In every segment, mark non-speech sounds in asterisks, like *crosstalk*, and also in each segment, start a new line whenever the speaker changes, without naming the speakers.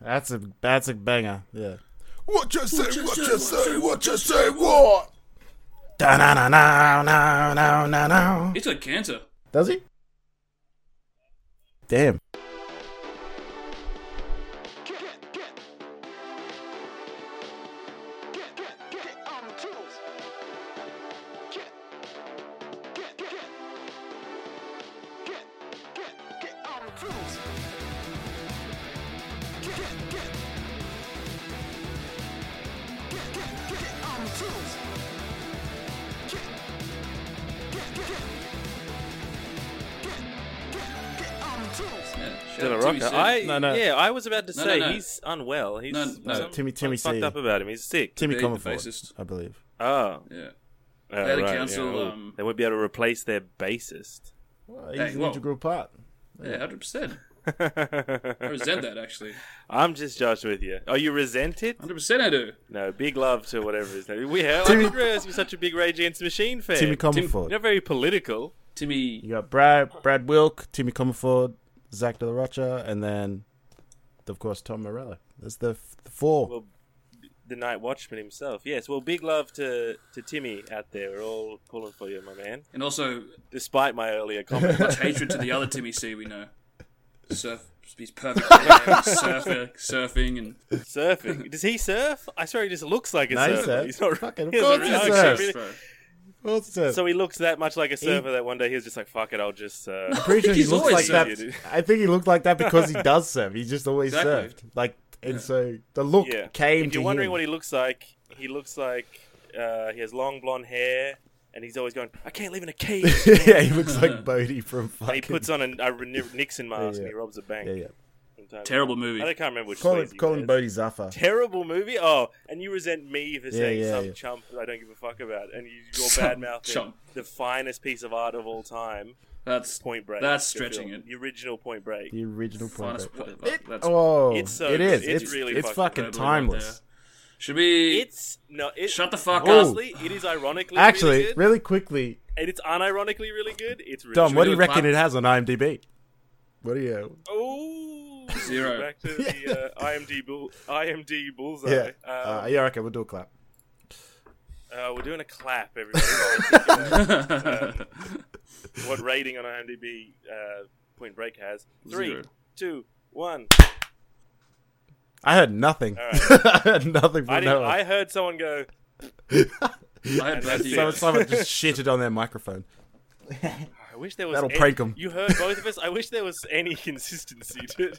That's a that's a banger. Yeah.
What you say? What you say? What you say? What?
Da na na na na na na na.
It's like cancer.
Does he? Damn.
Yeah, shout
De La
out to Timmy
Rocca.
Sid.
I
No, no.
yeah, I was about to
No,
say
no, no.
he's unwell. He's
No, no.
some-
Timmy- Timmy
fucked
C.
up about him. He's sick.
Timmy
Dave, the
Comerford,
bassist.
I believe.
Oh,
Yeah.
oh,
They had a
right,
council,
yeah.
um,
they won't be able to replace their bassist. *laughs*
Well, he's
Uh, Hey,
an
whoa.
integral part.
Yeah, hundred percent. I resent that actually.
I'm just joshing with you. Oh, you resent it?
Hundred percent, I do.
No, big love to whatever his name. We have.
Timmy-
I didn't realize you're such a big Rage Against the Machine fan.
Timmy
You're
Comerford.
not very political.
Timmy.
You got Brad Brad Wilk, Timmy Comerford, Zach De La Rocha, and then, of course, Tom Morello. That's the, f- the four.
Well, the Night Watchman himself. Yes. Well, big love to to Timmy out there. We're all pulling for you, my man.
And also
Despite my earlier comment.
much hatred to the other Timmy C we know. Surf he's perfect for
*laughs*
everything, surfer, surfing and
*laughs*
surfing. Does he surf? I swear he just looks like a
No, he
surfer.
surfs.
*laughs* He's not.
Fucking- of
he doesn't
course he
really-
surfs.
actually
surf,
really-
bro.
What's that?
So he looks that much like a surfer that one day he was just like, "Fuck it, I'll just." Uh,
pretty sure he
He's
looks like
always
that.
surfed, dude.
I think he looked like that because he does surf. He just always
Exactly.
surfed. Like, and so the look
*laughs* yeah.
came
if
to
you're wondering
him. *laughs*
what he looks like, he looks like uh, he has long blonde hair, and he's always going, "I can't live in a
*laughs*
cage."
yeah, he looks
*laughs*
like Bodhi from
and
fucking.
he puts on a, a Ren- Nixon mask
yeah.
and he robs a bank.
yeah, yeah.
from time to
Terrible
time.
movie.
I don't- can't remember which.
Call
sleazy
it, call him
was.
Bodhi Zaffa.
Terrible movie. Oh, and you resent me for saying
yeah,
some
yeah.
chump that I don't give a fuck about, and you, you're bad
Some
mouthing
chump.
the finest piece of art of all time,
That's
Point Break.
That's
the film.
stretching it.
The original Point Break.
The original point.
Finest
Break.
point.
It-
That's
oh,
It's so
it
good.
is.
It's
It's,
really
it's fucking
fucking
totally right
timeless.
there. Should we *laughs*
It's no. It,
shut the fuck
Ooh.
up?
Honestly, it is ironically really
Actually,
good,
really quickly,
and it's unironically really good. It's really
Dom, what do
we
you
do a
reckon
clap?
it has on IMDb? What do you?
Ooh,
Zero.
Oh, Back
*laughs*
to the uh, IMD bull, IMD bullseye.
Yeah,
Um,
uh, yeah, okay, we'll do a clap.
uh, we're doing a clap, everybody. *laughs* while we think about, um, what rating on IMDb uh, Point Break has? Three,
Zero.
two, one.
I heard nothing. *laughs* I heard nothing from
I
that
didn't, I
one.
heard someone go.
I had both
that's
of
Someone,
you.
it.
guys.
someone
*laughs*
just shitted on their microphone.
I wish there was.
That'll
any-
prank 'em.
You heard both of us. I wish there was any *laughs* consistency to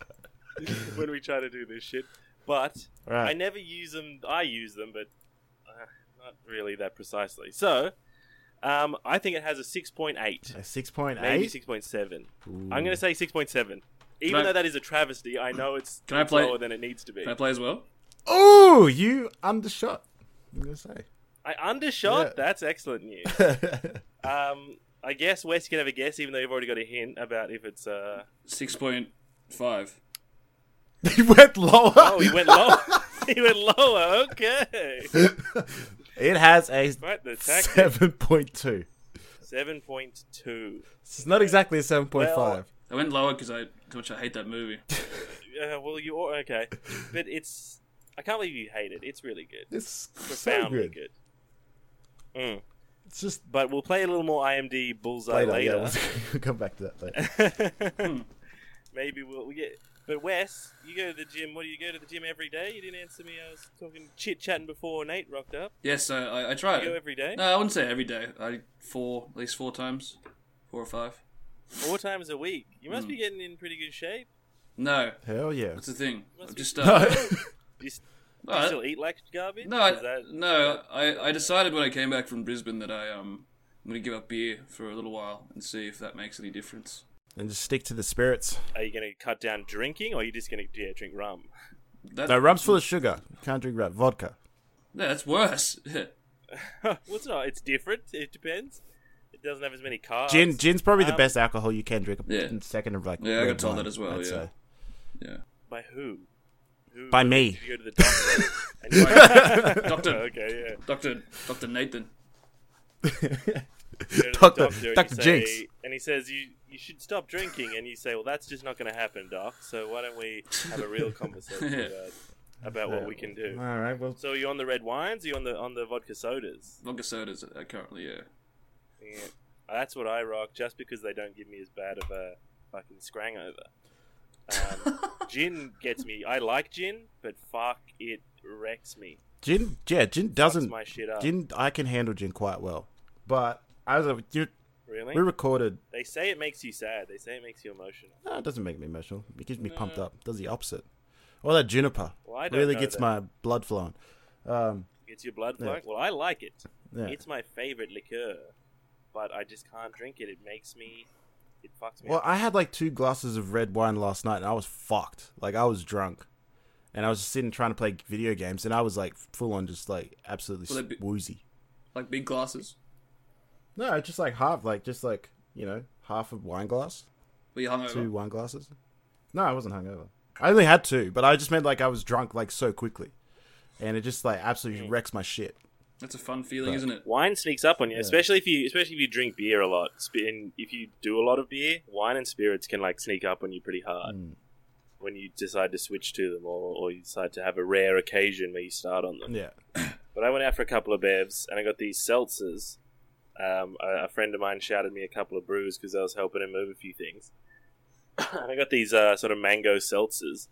*laughs* when we try to do this shit. But
Right.
I never use them. I use them, but uh, not really that precisely. So, um, I think it has a six point eight,
A six point
maybe
eight.
six point seven. I'm going to say six point seven, even
I-
though that is a travesty. I know it's
Can I play-
lower than it needs to be.
Can I play as well?
Oh, you undershot. I'm gonna say. *laughs*
I undershot.
Yeah.
That's
*laughs*
excellent news. um, I guess Wes can have a guess, even though you've already got a hint about if it's. Uh...
Six point five.
he went lower.
Oh, he went low. *laughs* he went lower. Okay.
it has a
Right, the tactic.
seven point two.
Seven point two.
It's not exactly a seven point five.
I went lower because I how much I hate that movie.
Uh, well, you are okay, but it's. I can't believe you hate it. It's really good.
It's so
Profoundly
good.
good.
It's just
But we'll play a little more IMD bullseye
later. *laughs*
later.
Yeah, we'll come back to that later.
*laughs*
Hmm.
Maybe we'll we get. But Wes, you go to the gym. What do you go to the gym every day? You didn't answer me. I was talking chit chatting before Nate rocked up.
Yes, I, I, I try.
You go
it.
every day,
No, I wouldn't say every day. I four, at least four times, four or five.
four times a week. You must
Hmm.
be getting in pretty good shape.
No,
Hell yeah.
*laughs*
*laughs*
that's the thing. I
Must be-
just uh,
Do you, s- do
no,
you
I-
still eat like garbage?
no, I,
Is that-
no. I, I decided when I came back from Brisbane that I um I'm gonna give up beer for a little while and see if that makes any difference.
And just stick to the spirits.
Are you going to cut down drinking, or are you just going to yeah, drink rum?
That,
No, rum's full of sugar. You can't drink rum. Vodka.
Yeah, that's worse. *laughs*
well, it's not. It's different. It depends. It doesn't have as many carbs.
Gin, gin's probably the
Um,
best alcohol you can drink.
Yeah.
in Second of like.
Yeah, I got
red
told
wine,
that as well,
I'd
yeah.
say.
yeah.
By who? who?
By me.
Did you go to the doctor?
*laughs*
and you
Doctor,
*laughs* okay, yeah.
Doctor, Doctor Nathan.
You go to the
Doctor-
doctor and
Doctor
you say-
Jinx.
And he says, you, you should stop drinking. And you say, Well, that's just not going to happen, Doc. So why don't we have a real conversation
Yeah.
about, about what we can do?
All right. Well,
So are you on the red wines? Are you on the on the vodka sodas?
Vodka sodas uh, currently, yeah.
Yeah. That's what I rock, just because they don't give me as bad of a fucking scrang over. Um, gin gets me. I like gin, but fuck, it wrecks me.
gin. Yeah, gin
Fucks
doesn't.
my shit up.
Gin. I can handle gin quite well, but as a you,
really?
we recorded.
They say it makes you sad. They say it makes you emotional.
No, it doesn't make me emotional. It gets me pumped up. It does the opposite. Or that juniper
Well, I don't
really
know
gets
that.
my blood flowing. Um,
It's your blood flowing.
Yeah.
Well, I like it.
yeah.
It's my favorite liqueur, but I just can't drink it. It makes me. It fucks me.
Well,
up.
I had like two glasses of red wine last night, and I was fucked. Like I was drunk, and I was just sitting trying to play video games, and I was like full on, just like absolutely
Well, that'd be-
woozy.
Like big glasses.
No, just like half, like just like you know, half a wine glass,
Were you hungover?
two wine glasses. No, I wasn't hungover. I only had two, but I just meant like I was drunk like so quickly, and it just like absolutely wrecks my shit.
That's a fun feeling,
Right.
isn't
*laughs*
it?
wine sneaks up on you, especially if you especially if you drink beer a lot. Sp- And if you do a lot of beer, wine and spirits can like sneak up on you pretty hard when you decide to switch to them, or, or you decide to have a rare occasion where you start on them.
Yeah,
But I went out for a couple of bevs, and I got these seltzers. Um, a, a friend of mine shouted me a couple of brews because I was helping him move a few things. *coughs* and I got these uh, sort of mango seltzers,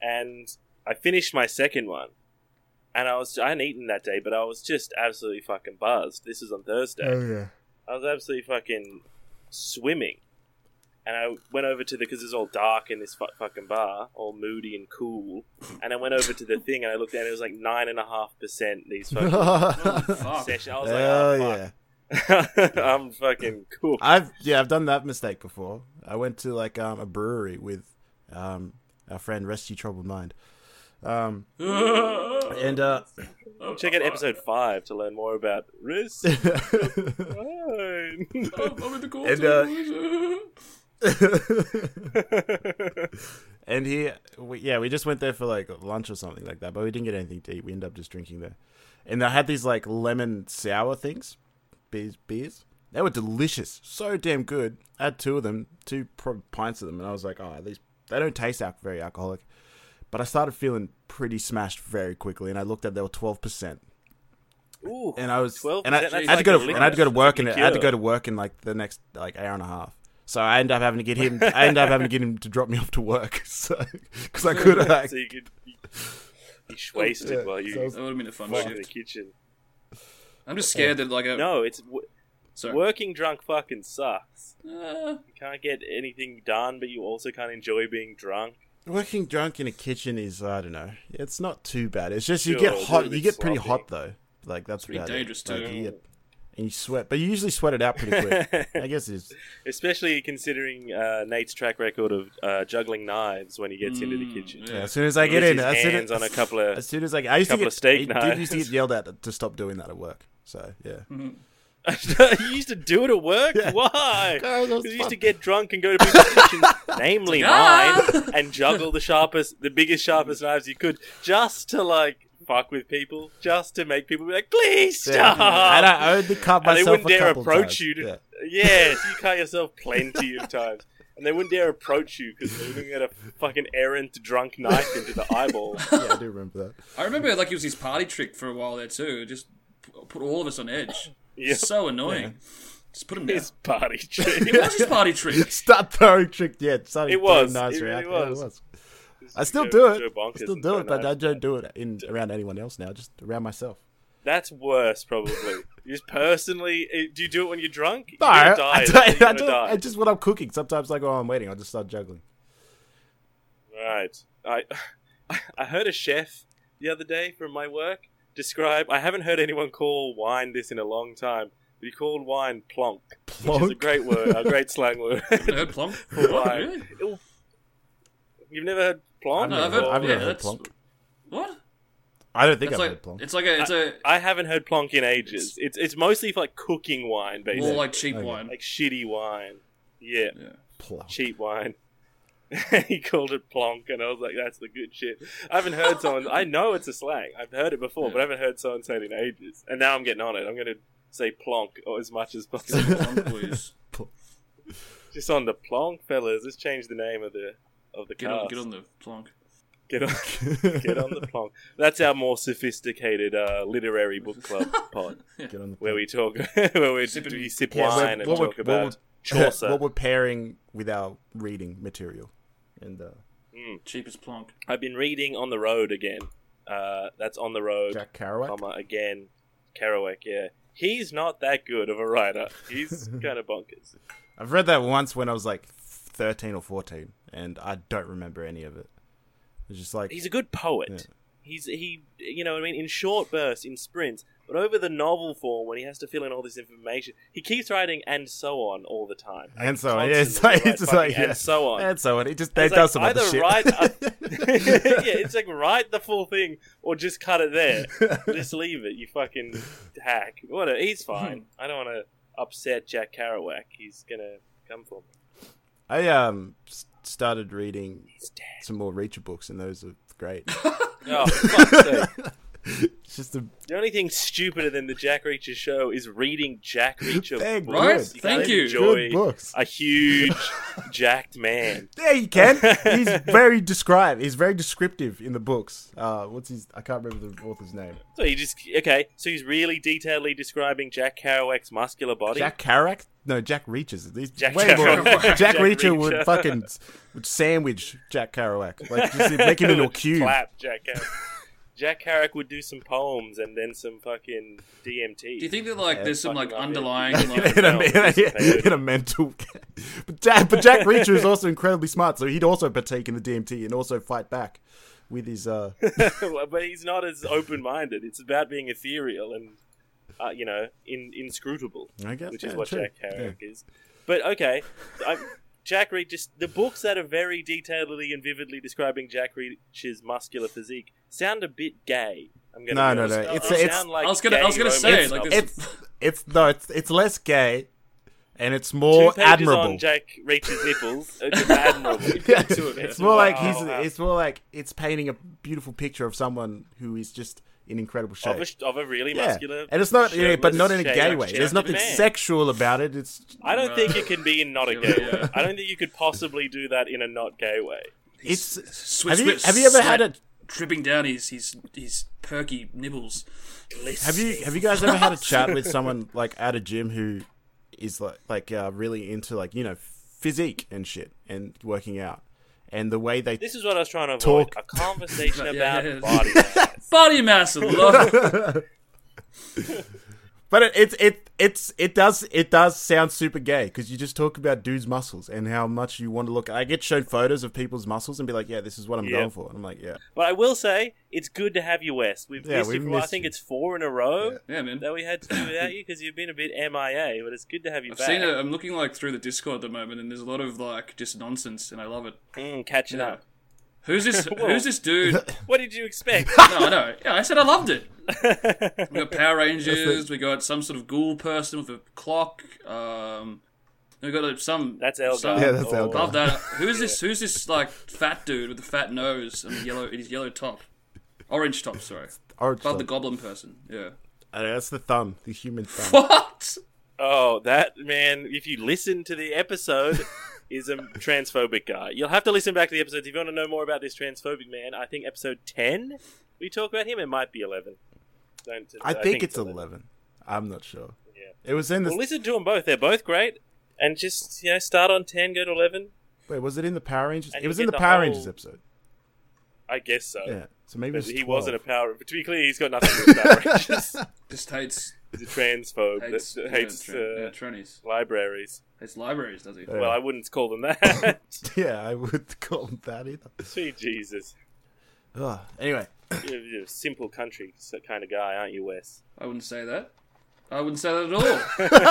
and I finished my second one. And I was I hadn't eaten that day, but I was just absolutely fucking buzzed. This is on Thursday.
yeah.
I was absolutely fucking swimming. And I went over to the because it's all dark in this fu- fucking bar, all moody and cool. And I went over to the thing and I looked at it. It was like nine and a half percent. These
*laughs*
fucking
Fuck.
session. I was like,
Hell
oh,
yeah.
fuck. *laughs* I'm fucking cool.
I've yeah, I've done that mistake before. I went to like um, a brewery with um, our friend Rescue Troubled Mind, um, and uh,
Check out episode five to learn more about
*laughs*
wrist.
Oh, I'm, I'm in the court.
And, uh, *laughs* and he we, yeah, we just went there for like lunch or something like that, but we didn't get anything to eat. We ended up just drinking there, and I had these like lemon sour things, beers, beers. They were delicious, so damn good. I had two of them, two pro- pints of them, and I was like, oh, these they don't taste al- very alcoholic. But I started feeling pretty smashed very quickly, and I looked at they were twelve percent,
Ooh,
and I was
12%,
and I,
that's
I had
like
to go to
a liquor.
and I had to go to work and I
That's
had to
liqueur.
go to work in like the next like hour and a half. So I ended up having to get him. I ended up having to get him to drop me off to work. *laughs* So because I
*laughs*
could like
*laughs* so you could be,
*laughs*
be wasted
Oh, Yeah,
while you
so-
*laughs* That would have been a fun
went to the
shift.
kitchen.
I'm just scared that like a
*laughs* No, it's w-
sorry.
working drunk fucking sucks.
Uh,
You can't get anything done, but you also can't enjoy being drunk.
working drunk in a kitchen is I don't know. It's not too bad. It's just you get
Sure, it's a
hot.
bit
You get pretty
sloppy.
hot though. Like that's
pretty
about it.
dangerous,
Like,
too.
you get- and you sweat, but you usually sweat it out pretty
*laughs*
quick. I guess it's
Especially considering uh, Nate's track record of uh, juggling knives when he gets into
Mm,
the kitchen.
yeah, as soon as I get in,
his
that's
hands
it.
on a couple
As
*laughs* of.
soon as I, I used to
couple
get,
of steak
I did used to
knives.
get yelled at to stop doing that at work. So yeah,
you used to do it at work. Why?
*laughs* Guys, that was
'Cause you used to
fun.
get drunk and go to people's
*laughs*
kitchens, namely mine,
"Ah!" *laughs*
and juggle the sharpest, the biggest, sharpest knives you could, just to like fuck with people, just to make people be like, please
Yeah.
stop.
And I only cut
and they
myself.
wouldn't
a
dare
couple
approach
times.
you. To,
Yeah.
Yes, you cut yourself plenty of times, and they wouldn't dare approach you because they're looking at a fucking errant drunk knife into the eyeball.
yeah, I do remember
I remember like it was his party trick for a while there too. It Just p- put all of us
*laughs*
on edge.
Yeah.
So annoying. Just put him down.
His party trick.
It was his party
that.
trick.
*laughs* Start throwing trick. Yeah, starting
It was.
throwing knives
It
around.
really
Yeah,
was.
I still
Go-
do it.
go
I
bonkers
still
and
do
throw
it, but I
knives.
don't do it in around anyone else now. Just around myself.
That's worse, probably. You just personally, eh, do you do it when you're drunk? You're
No,
gonna
I,
die.
I,
That's
don't-
how you're
I
gonna
don't-
die.
I just when I'm cooking, sometimes like while I'm waiting, I'll just start juggling.
Right. I I *sighs* heard a chef the other day from my work describe. I haven't heard anyone call wine this in a long time. But he called wine plonk, which is a
Plonk?
great word, a great slang word.
*laughs*
No plonk.
*laughs*
What?
Why?
Oh, Really?
Ew. You've never heard plonk?
No, I've
never-
heard.
I've
yeah,
never heard
that's,
plonk.
What?
I don't think
It's
I've
like
heard plonk.
it's like a it's a
I haven't heard plonk in ages. It's it's mostly for like cooking wine, basically,
more
like,
like cheap
Okay.
wine.
shitty wine. Yeah.
yeah.
Plonk.
cheap wine. *laughs* he called it plonk, and I was like, "That's the good shit." I haven't heard someone. I know it's a slang. I've heard it before, but I haven't heard someone say it in ages. And now I'm getting on it. I'm going to say plonk or as much as
Get *laughs*
possible.
*laughs*
the plonk, please.
Just on the plonk, fellas. Let's change the name of the of the
Get
cast.
on, get on the plonk.
*laughs*
Get on, get on the plonk. That's our more sophisticated uh, literary book club pod,
Get on the
where we talk, *laughs* where we
Sip
sip,
and-
we sip
Yeah, so
wine and
what we're- *laughs*
talk about
what we're,
Chaucer.
what we're pairing with our reading material. And uh,
Cheapest plonk.
I've been reading On the Road again. Uh, that's On the Road,
Jack Kerouac.
comma again, Kerouac. Yeah, he's not that good of a writer.
*laughs*
He's kind of bonkers.
I've read that once when I was like 13 or 14, and I don't remember any of it. It's just like,
He's a good poet.
Yeah.
He's he, you know, what I mean, in short bursts, in sprints, but over the novel form when he has to fill in all this information, he keeps writing and so on all the time.
and so on. Yeah,
constantly
it's like,
write
it's just
fucking
like, yeah.
and so on.
And so on. He just,
And
they
it's
does
like,
some other
either
shit.
write up-
*laughs*
*laughs* yeah, it's like write the full thing or just cut it there.
*laughs*
just leave it, you fucking hack. What a, he's fine.
Hmm.
I don't want to upset Jack Kerouac. He's gonna come for me.
*laughs* I um s- started reading
He's dead.
some more Reacher books, and those are great.
*laughs* Oh, fuck's sake.
it's just a,
The only thing stupider than the Jack Reacher show is reading
*laughs*
Jack Reacher
Thank
books.
Right?
You
Thank
can't
you.
Enjoy
Good books. *laughs*
A huge jacked man.
yeah, you can.
*laughs*
He's very describe. He's very descriptive in the books. Uh, what's his? I can't remember the author's name.
So he just okay. So he's really detailedly describing Jack Kerouac's muscular body. *laughs*
Jack Kerouac? No, Jack Reaches. He's
Jack
way more.
Kerouac.
Jack,
Jack
Reacher, would
Reacher.
fucking s- would sandwich Jack Kerouac, like just make him
*laughs*
into a
Would
cube.
Clap Jack Kerouac. Jack Kerouac would do some poems and then some fucking DMT.
Do you think that like there's some like
fucking
underlying
*laughs*
like
In a, in, a,
Participate.
in a mental, *laughs* but Jack, but Jack Reacher is also incredibly smart, so he'd also partake in the DMT and also fight back with his. Uh,
*laughs* but he's not as open-minded. It's about being ethereal and uh, you know in, inscrutable,
I guess,
which is
yeah,
what
true.
Jack Kerouac is. But okay, i Jack Reed just the books that are very detailedly and vividly describing Jack Reacher's muscular physique sound a bit gay. I'm gonna
No,
be
no,
honest.
no, it's-
They
it's-
sound like
I was gonna- I
gay
was gonna
romance
say, like,
novels.
this-
it's it's no, it's it's less gay, and it's
two
more
pages
admirable. *laughs*
on Jack Reacher's nipples. It's just admirable.
it's more like he's.
Wow.
It's more like it's painting a beautiful picture of someone who is just in incredible shape.
of a, of a really
yeah,
muscular,
and it's not, yeah, but
shirtless,
not in a gay
shaved,
way.
jacked
There's nothing
man.
sexual about it. It's
I don't think it can be in not a gay way.
Yeah.
I don't think you could possibly do that in a not gay way.
it's.
sweat,
Have you
sweat-
have you ever had a
sweat dripping down his his his perky nibbles?
have you have you guys ever had a chat with someone like at a gym who is like like uh, really into like you know physique and shit and working out and the way they
This is what I was trying to avoid:
Talk.
a
*laughs*
conversation
Yeah,
about
yeah, yeah.
body. mass.
Body mass, I
*laughs*
love it.
But it it it it's it does it does sound super gay because you just talk about dudes' muscles and how much you want to look. I get shown photos of people's muscles and be like, yeah, this is what I'm
Yeah.
going for. And I'm like, yeah,
But I will say, it's good to have you, West. We've
Yeah,
missed
we've
you. for- I
missed
think
you.
it's four in a row
Yeah, man.
that we had to do without you because you've been a bit MIA. But it's good to have you
I've
back.
seen it. I'm looking like through the Discord at the moment, and there's a lot of like just nonsense, and I love it.
Mm, catching
Yeah.
up.
Who's
*laughs*
this? who's this dude? No,
What did you
*laughs*
expect?
I know. Yeah, I said I loved it.
*laughs*
We got Power Rangers. We got some sort of ghoul person with a clock. Um, we got uh, some.
that's Elgar.
some-
Yeah,
*laughs*
that's Elgar.
Above that, who's this? Who's this like fat dude with a fat nose and a yellow in his yellow top, orange top? Sorry,
orange.
above the
thumb.
goblin person. Yeah.
Uh, that's the thumb, the human thumb.
What?
Oh, that man, if you listen to the
*laughs*
episode, is a transphobic guy. You'll have to listen back to the episodes. If you want to know more about this transphobic man, I think episode 10, we talk about him. It might be 11. Don't,
I think it's eleven. I'm not sure.
Yeah.
It was in the
Well, listen to them both. They're both great. And just, you know, start on 10, go to 11.
wait. Was it in the Power Rangers?
And
It
you
was in
get
the
the
Power
whole-
Rangers episode.
I guess so.
Yeah. So maybe it was
But he
12.
wasn't a power. But to be clear, he's got nothing to do with
*laughs*
Power Rangers.
Just hates
He's a transphobe
hates
that
yeah,
hates
tra-
uh,
yeah, trannies.
libraries.
Hates libraries, does he?
Yeah.
Well, I wouldn't call
*laughs*
them that.
Yeah, I would *laughs* call him that either.
Sweet Jesus.
Ugh. Anyway,
You're, you're a simple country kind of guy, aren't you, Wes?
I wouldn't say that. I wouldn't say that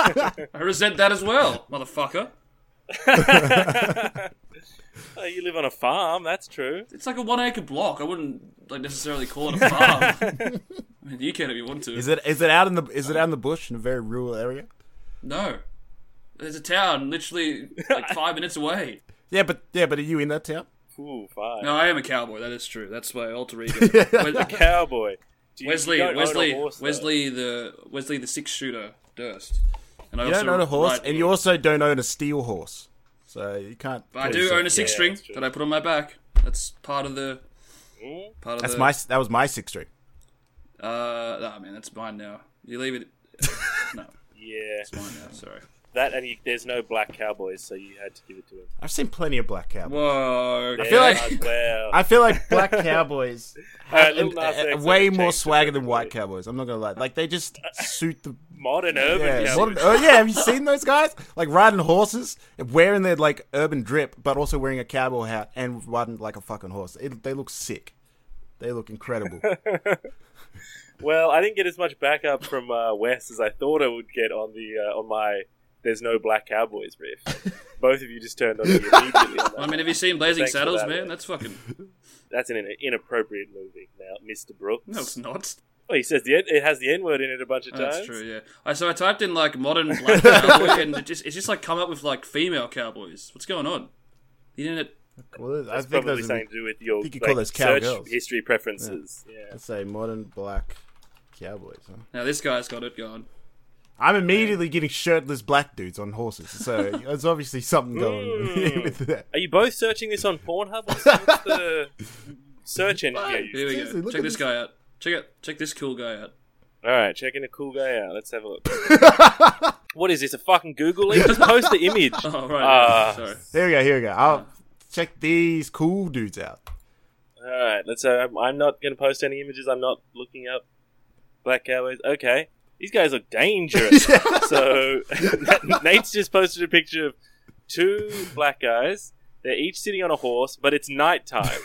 at
*laughs*
all. I resent that as well, motherfucker.
Oh, you live on a farm, that's true.
It's like a one acre block. I wouldn't like necessarily call it a
*laughs*
farm. I mean, you can if you want to.
is it is it out in the is it out in the bush in a very rural area?
No. There's a town literally
*laughs*
like five minutes away.
Yeah, but yeah, but are you in that town?
Ooh, fine.
No, I am a cowboy. That is true. That's my
*laughs*
alter ego. Wes-
Cowboy. Do you- you
Wesley,
don't own a
Wesley,
horse, though.
Wesley the Wesley the six shooter Durst. And I
You don't
also
own a horse,
ride-
and you also don't own a steel horse, so you can't.
But I
call
do
yourself-
own a six
Yeah,
string
that's true.
that I put on my back. That's part of the part of
That's
the,
my. That was my six string.
Uh, nah, man, that's mine now. You leave it. no,
Yeah,
*laughs*
it's mine now. Sorry.
that and you, there's no black cowboys, so you had to give it to him.
I've seen plenty of black cowboys.
Whoa.
I
feel
as
like-
well.
I feel
*laughs*
like black cowboys have
Alright, Lil
an-
Nas
a- a-
X
way
has
more
changed
swagger
it
than white
completely.
cowboys. I'm not gonna lie. Like they
*laughs*
just suit the.
modern urban
Yeah,
cowboys.
modern- oh yeah, have you seen those guys? Like riding horses, wearing their like urban drip, but also wearing a cowboy hat and riding like a fucking horse. It, they look sick. They look *laughs* incredible.
Well, I didn't get as much backup from uh, Wes as I thought I would get on the uh, on my "There's No Black Cowboys" riff.
*laughs*
Both of you just turned on me immediately. on that.
I mean, have you seen Blazing
Thanks for
Saddles,
that,
man?
mate.
That's fucking.
That's an in- inappropriate movie. Now, Mr. Brooks.
No,
*laughs*
it's not.
Well, he says the N- it has the N word in it a bunch of times.
Oh, That's true. Yeah. I, so I typed in like
*laughs*
modern black cowboy, and it just it's just like come up with like female cowboys. What's going on? The internet.
well, I
That's
think
probably
those are
something to do with your
think you
like,
call those
search
cowgirls.
history preferences. Yeah.
Let's say modern black cowboys. Huh?
Now this guy's got it going.
I'm immediately getting shirtless black dudes on horses, *laughs* so there's obviously something going on *laughs* with that.
Are you both searching this on
*laughs*
Pornhub? What's what's the search engine? you use?
Here we
Seriously,
go.
look
Check
at
this
this-
guy out. Check it. Check this cool guy out. *laughs*
All right, checking a cool guy out. Let's have
*laughs*
a look. what is this? A fucking Google link? Just post the image. *laughs*
Oh right.
Ah. *laughs*
Sorry.
Here we go. Here we go. I'll check these cool dudes out.
All right, let's. Uh, I'm- I'm not going to post any images. I'm not looking up black cowboys. Okay, these guys look dangerous. so *laughs* Nate's just posted a picture of two black guys. They're each sitting on a horse, but it's nighttime.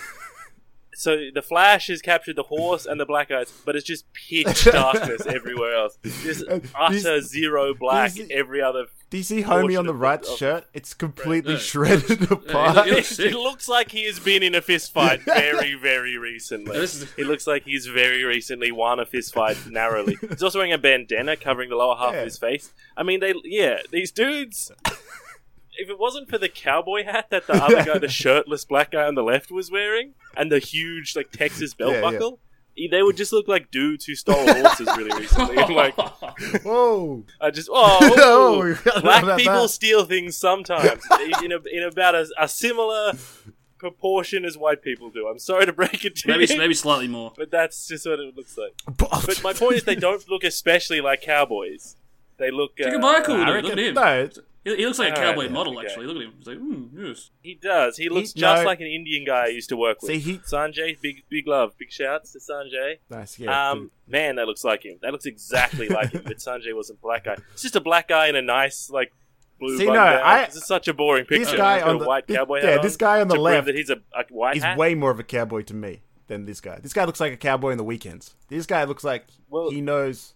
so the flash has captured the horse and the black guys, but it's just pitch darkness everywhere else. Just
Uh,
utter
these-
zero black
these-
every other.
Do you see homie on the
Portion of-
right
of-
shirt? It's completely *laughs*
Yeah.
shredded apart.
it looks-
*laughs* It looks like he has been in a fist fight very, very recently.
Now, this is
It looks like he's very recently won a fist fight narrowly. He's also wearing a bandana covering the lower half
Yeah.
of his face. I mean, they yeah, these dudes. If it wasn't for the cowboy hat that the other guy,
*laughs*
the shirtless black guy on the left, was wearing, and the huge like Texas belt
Yeah, yeah.
buckle, e- they would just look like dudes who stole horses really
*laughs*
recently. And, *laughs* like
Whoa! *laughs*
I just oh, ooh,
Oh,
black
about
people
that.
steal
*laughs*
things sometimes in a, in about a, a similar proportion as white people do. I'm sorry to break it to
maybe
you.
maybe slightly more.
But that's just what it looks like.
But
But my point
*laughs*
is, they don't look especially like cowboys. They look. Uh,
Look at Michael.
I
dude. Look at
reckon-
him.
No,
He, he looks like a
Alright,
cowboy
yeah,
model.
okay.
Actually, look at him. He's like, mm, yes.
He does. He looks
He-
just
no.
like an Indian guy I used to work with.
See, he-
Sanjay, big big love, big shouts to Sanjay.
nice. Yeah.
um, man, that looks like him. That looks exactly like him. But Sanjay wasn't black guy. It's just a black guy in a nice like blue.
See, no,
button-down.
I-
This is such a boring
dude.
picture.
this guy
He's got
on
a
the
white
this-
cowboy.
yeah,
hat
this
on
guy on
to
the
prove
left
that he's a, a white
is
hat.
way more of a cowboy to me than this guy. This guy looks like a cowboy in the weekends. This guy looks like
Well-
he knows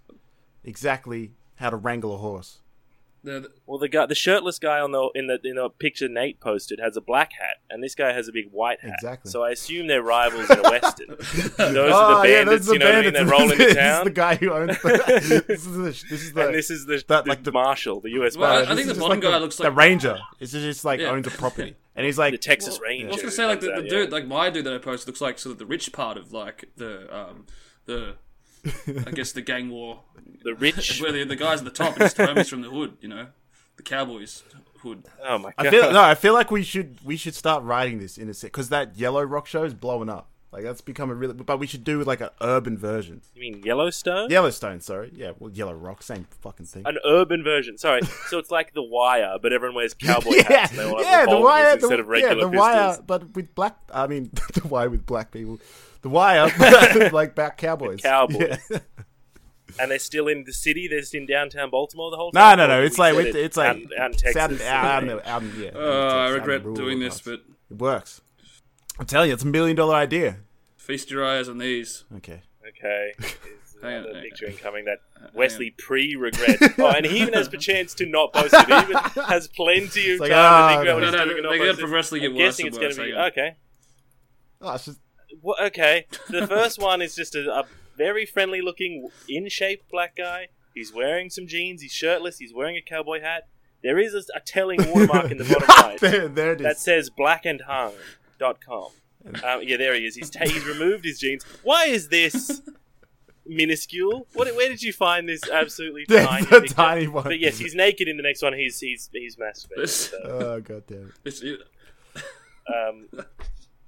exactly how to wrangle a horse.
The, the,
Well, the guy, the shirtless guy on the in the in the picture Nate posted has a black hat, and this guy has a big white hat.
Exactly. Ah,
So I assume they're rivals in a
*laughs*
western. Those are the
Oh, yeah,
bandits,
those are
you know what I mean? That
bandits.
roll
*laughs* This
into
is
town,
the guy who owns.
*laughs*
The, this is the. This is the
and this is the,
that,
the,
like, the-
marshal, the U.S.
Well, I-
Uh,
marshal.
think
this
the
is
bottom
like
guy
the-
looks
the
like-
ranger. It's just, it's like
Yeah.
owns a
*laughs*
property, and he's like
the Texas Ranger.
I was gonna say like the,
comes
the
out, yeah.
dude, like my dude that I posted looks like sort of the rich part of like the um the I guess the gang war *laughs*
the rich.
where the the guys at the top are just homies from the hood, you know, the cowboys hood.
Oh my god!
I feel no. I feel like we should we should start writing this in a set because that yellow rock show is blowing up. Like that's become a really, but we should do like an urban version.
you mean Yellowstone?
Yellowstone, sorry, yeah, well, Yellow Rock, same fucking thing.
An urban
*laughs*
version. Sorry. So it's like The Wire, but everyone wears cowboy
yeah,
hats. and they all have
yeah, the
revolvers
wire, the,
instead of regular
yeah, the
pistols.
wire, but with black. I mean, *laughs* the wire with black people, the wire, *laughs* but like back cowboys.
Cowboys. *laughs*
Yeah.
And they're still in the city. They're just in downtown Baltimore the whole
No,
time.
no, no.
Or
It's
we
like
said
it's,
it
it's like
out, out in Texas.
out, in- out, in the- out in- yeah, out in
Uh, I
Texas, out in
regret
rural
doing this,
parts.
but
it works. I'm telling you, it's a million dollar idea.
feast your eyes on these.
Okay.
*laughs*
Okay. Is
Hang on,
another
Uh, hang
picture incoming that Wesley
*laughs*
pre regrets. oh, and he even has the chance to not post it. He even has plenty of
like,
time to think
ah,
about what
no,
he's
no,
doing and
no,
not
they gotta
post it.
progressively get
I'm
worse
guessing
and
it's going
worse,
to be.
hang on. *laughs*
Okay.
Oh, it's just
Well, okay.
*laughs*
The first one is just a, a very friendly looking, in shape black guy. He's wearing some jeans. He's shirtless. He's wearing a cowboy hat. There is a, a telling watermark in the
*laughs*
bottom
*laughs*
right.
there, there it is.
that says blackandhung.com. Um, yeah, there he is. He's, ta- he's removed his jeans. Why is this minuscule. What, where did you find this *laughs* absolutely
That's
tiny?
the
picture?
tiny one.
But yes, he's naked in the next one. He's he's he's masturbating. So,
Oh god damn it.
It's, it,
um,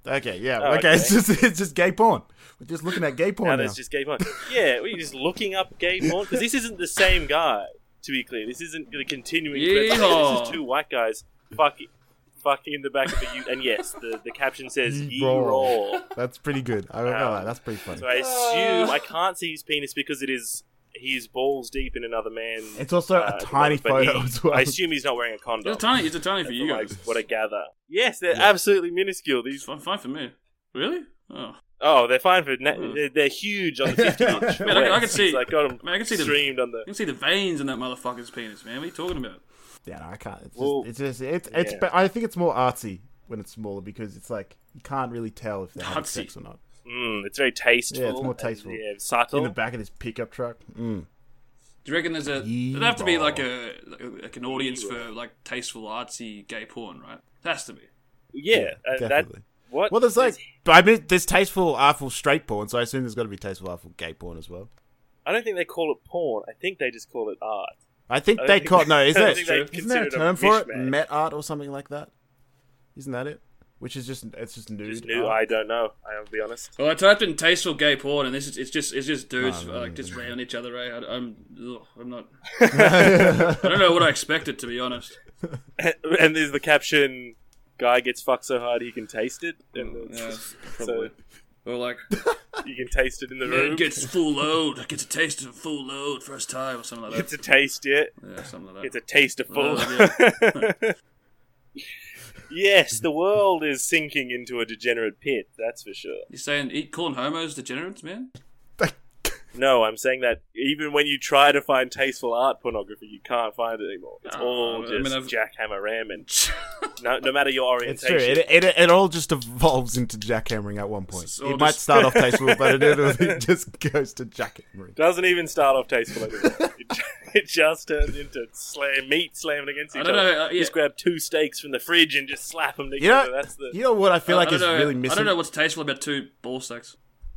Okay, yeah.
Oh,
okay. it's
okay.
just it's just gay porn. We're just looking at gay
now
porn now.
there's just gay porn. Yeah, we're just looking up gay porn because this isn't the same guy. To be clear, this isn't the continuing. clip. This
Yeehaw.
is two white guys fucking fucking in the back of a U. And yes, the the caption says
Ye
"Ye
roar."
roar."
That's pretty good. I won't
Um,
lie, that's pretty funny.
So I assume I can't see his penis because it is he's balls deep in another man's.
It's also
uh,
a tiny
but he-
photo as well.
I assume he's not wearing a condom.
it's a tiny. It's a tiny for
That's
you
what I-
guys.
what I gather. Yes, they're absolutely minuscule.
It's
These
fine, fine for me. Really? Oh,
oh, they're fine for na-
Hmm.
they're, they're huge on
*laughs*
the fifty inch.
Man,
I can- I can
It's
see-
like got 'em
man, I can see them.
streamed on the.
you can see the veins in that motherfucker's penis, man. What are you talking about?
yeah, no, I can't. It's just,
Well,
it's, just, it's, it's
yeah.
but I think it's more artsy when it's smaller because it's like you can't really tell if they're having
Artsy.
sex or not.
Mm, it's very tasteful.
Yeah, it's more
and,
tasteful.
yeah,
In
subtle.
the back of this pickup truck. Mm.
Do you reckon there's a?
Yee
There'd have to be
raw.
like a like, like an audience
Yee raw.
for like tasteful artsy gay porn, right? It has to be.
yeah, uh, that
definitely.
what?
Well, there's like,
is-
but I mean, there's tasteful, artful straight porn, so I assume there's got to be tasteful, artful gay porn as well.
I don't think they call it porn. I think they just call it art.
I think
I
they
think- *laughs*
call no.
I
Is that,
think they
isn't there
consider
a
it a
term for it?
mishmash.
Met art or something like that? Isn't that it? Which is just it's just nude.
Just new.
art.
I don't know. I'll be honest.
Well, I typed in tasteful gay porn, and this is it's just it's just dudes
Oh, no,
like
no,
just
no.
ramming each other. Eh? I, I'm ugh, I'm
*laughs*
not. I don't know what I expected to be honest.
*laughs* and there's the caption: "Guy gets fucked so hard he can taste it." And
Yeah,
*laughs* so
probably. Or
*laughs*
like
you can taste it in the room.
yeah, gets full load, gets a taste of full load first time or something like
It's
that.
a taste, yeah.
Yeah, something like
It's
that.
a taste of full. *laughs*
Oh,
yes, the world is sinking into a degenerate pit, that's for sure.
You're saying eat corn homos degenerates, man?
No, I'm saying that even when you try to find tasteful art pornography, you can't find it anymore. It's
Ah,
all
I
just
mean, I've-
jackhammer
*laughs*
ramming. No, no matter your
It's
orientation.
true. It, it, it all just evolves into jackhammering at one point.
It's all
It might
just-
start off
*laughs*
tasteful, but it literally just goes to jackhammering.
doesn't even start off tasteful anymore. it, ju- *laughs* it just turns into slam meat slamming against each
I don't
other.
know, uh,
You Just
yeah.
grab two steaks from the fridge and just slap them
You know,
together. That's the
you know what I feel like
I don't
is
know.
really
I
missing.
don't know what's tasteful about two ball sacks.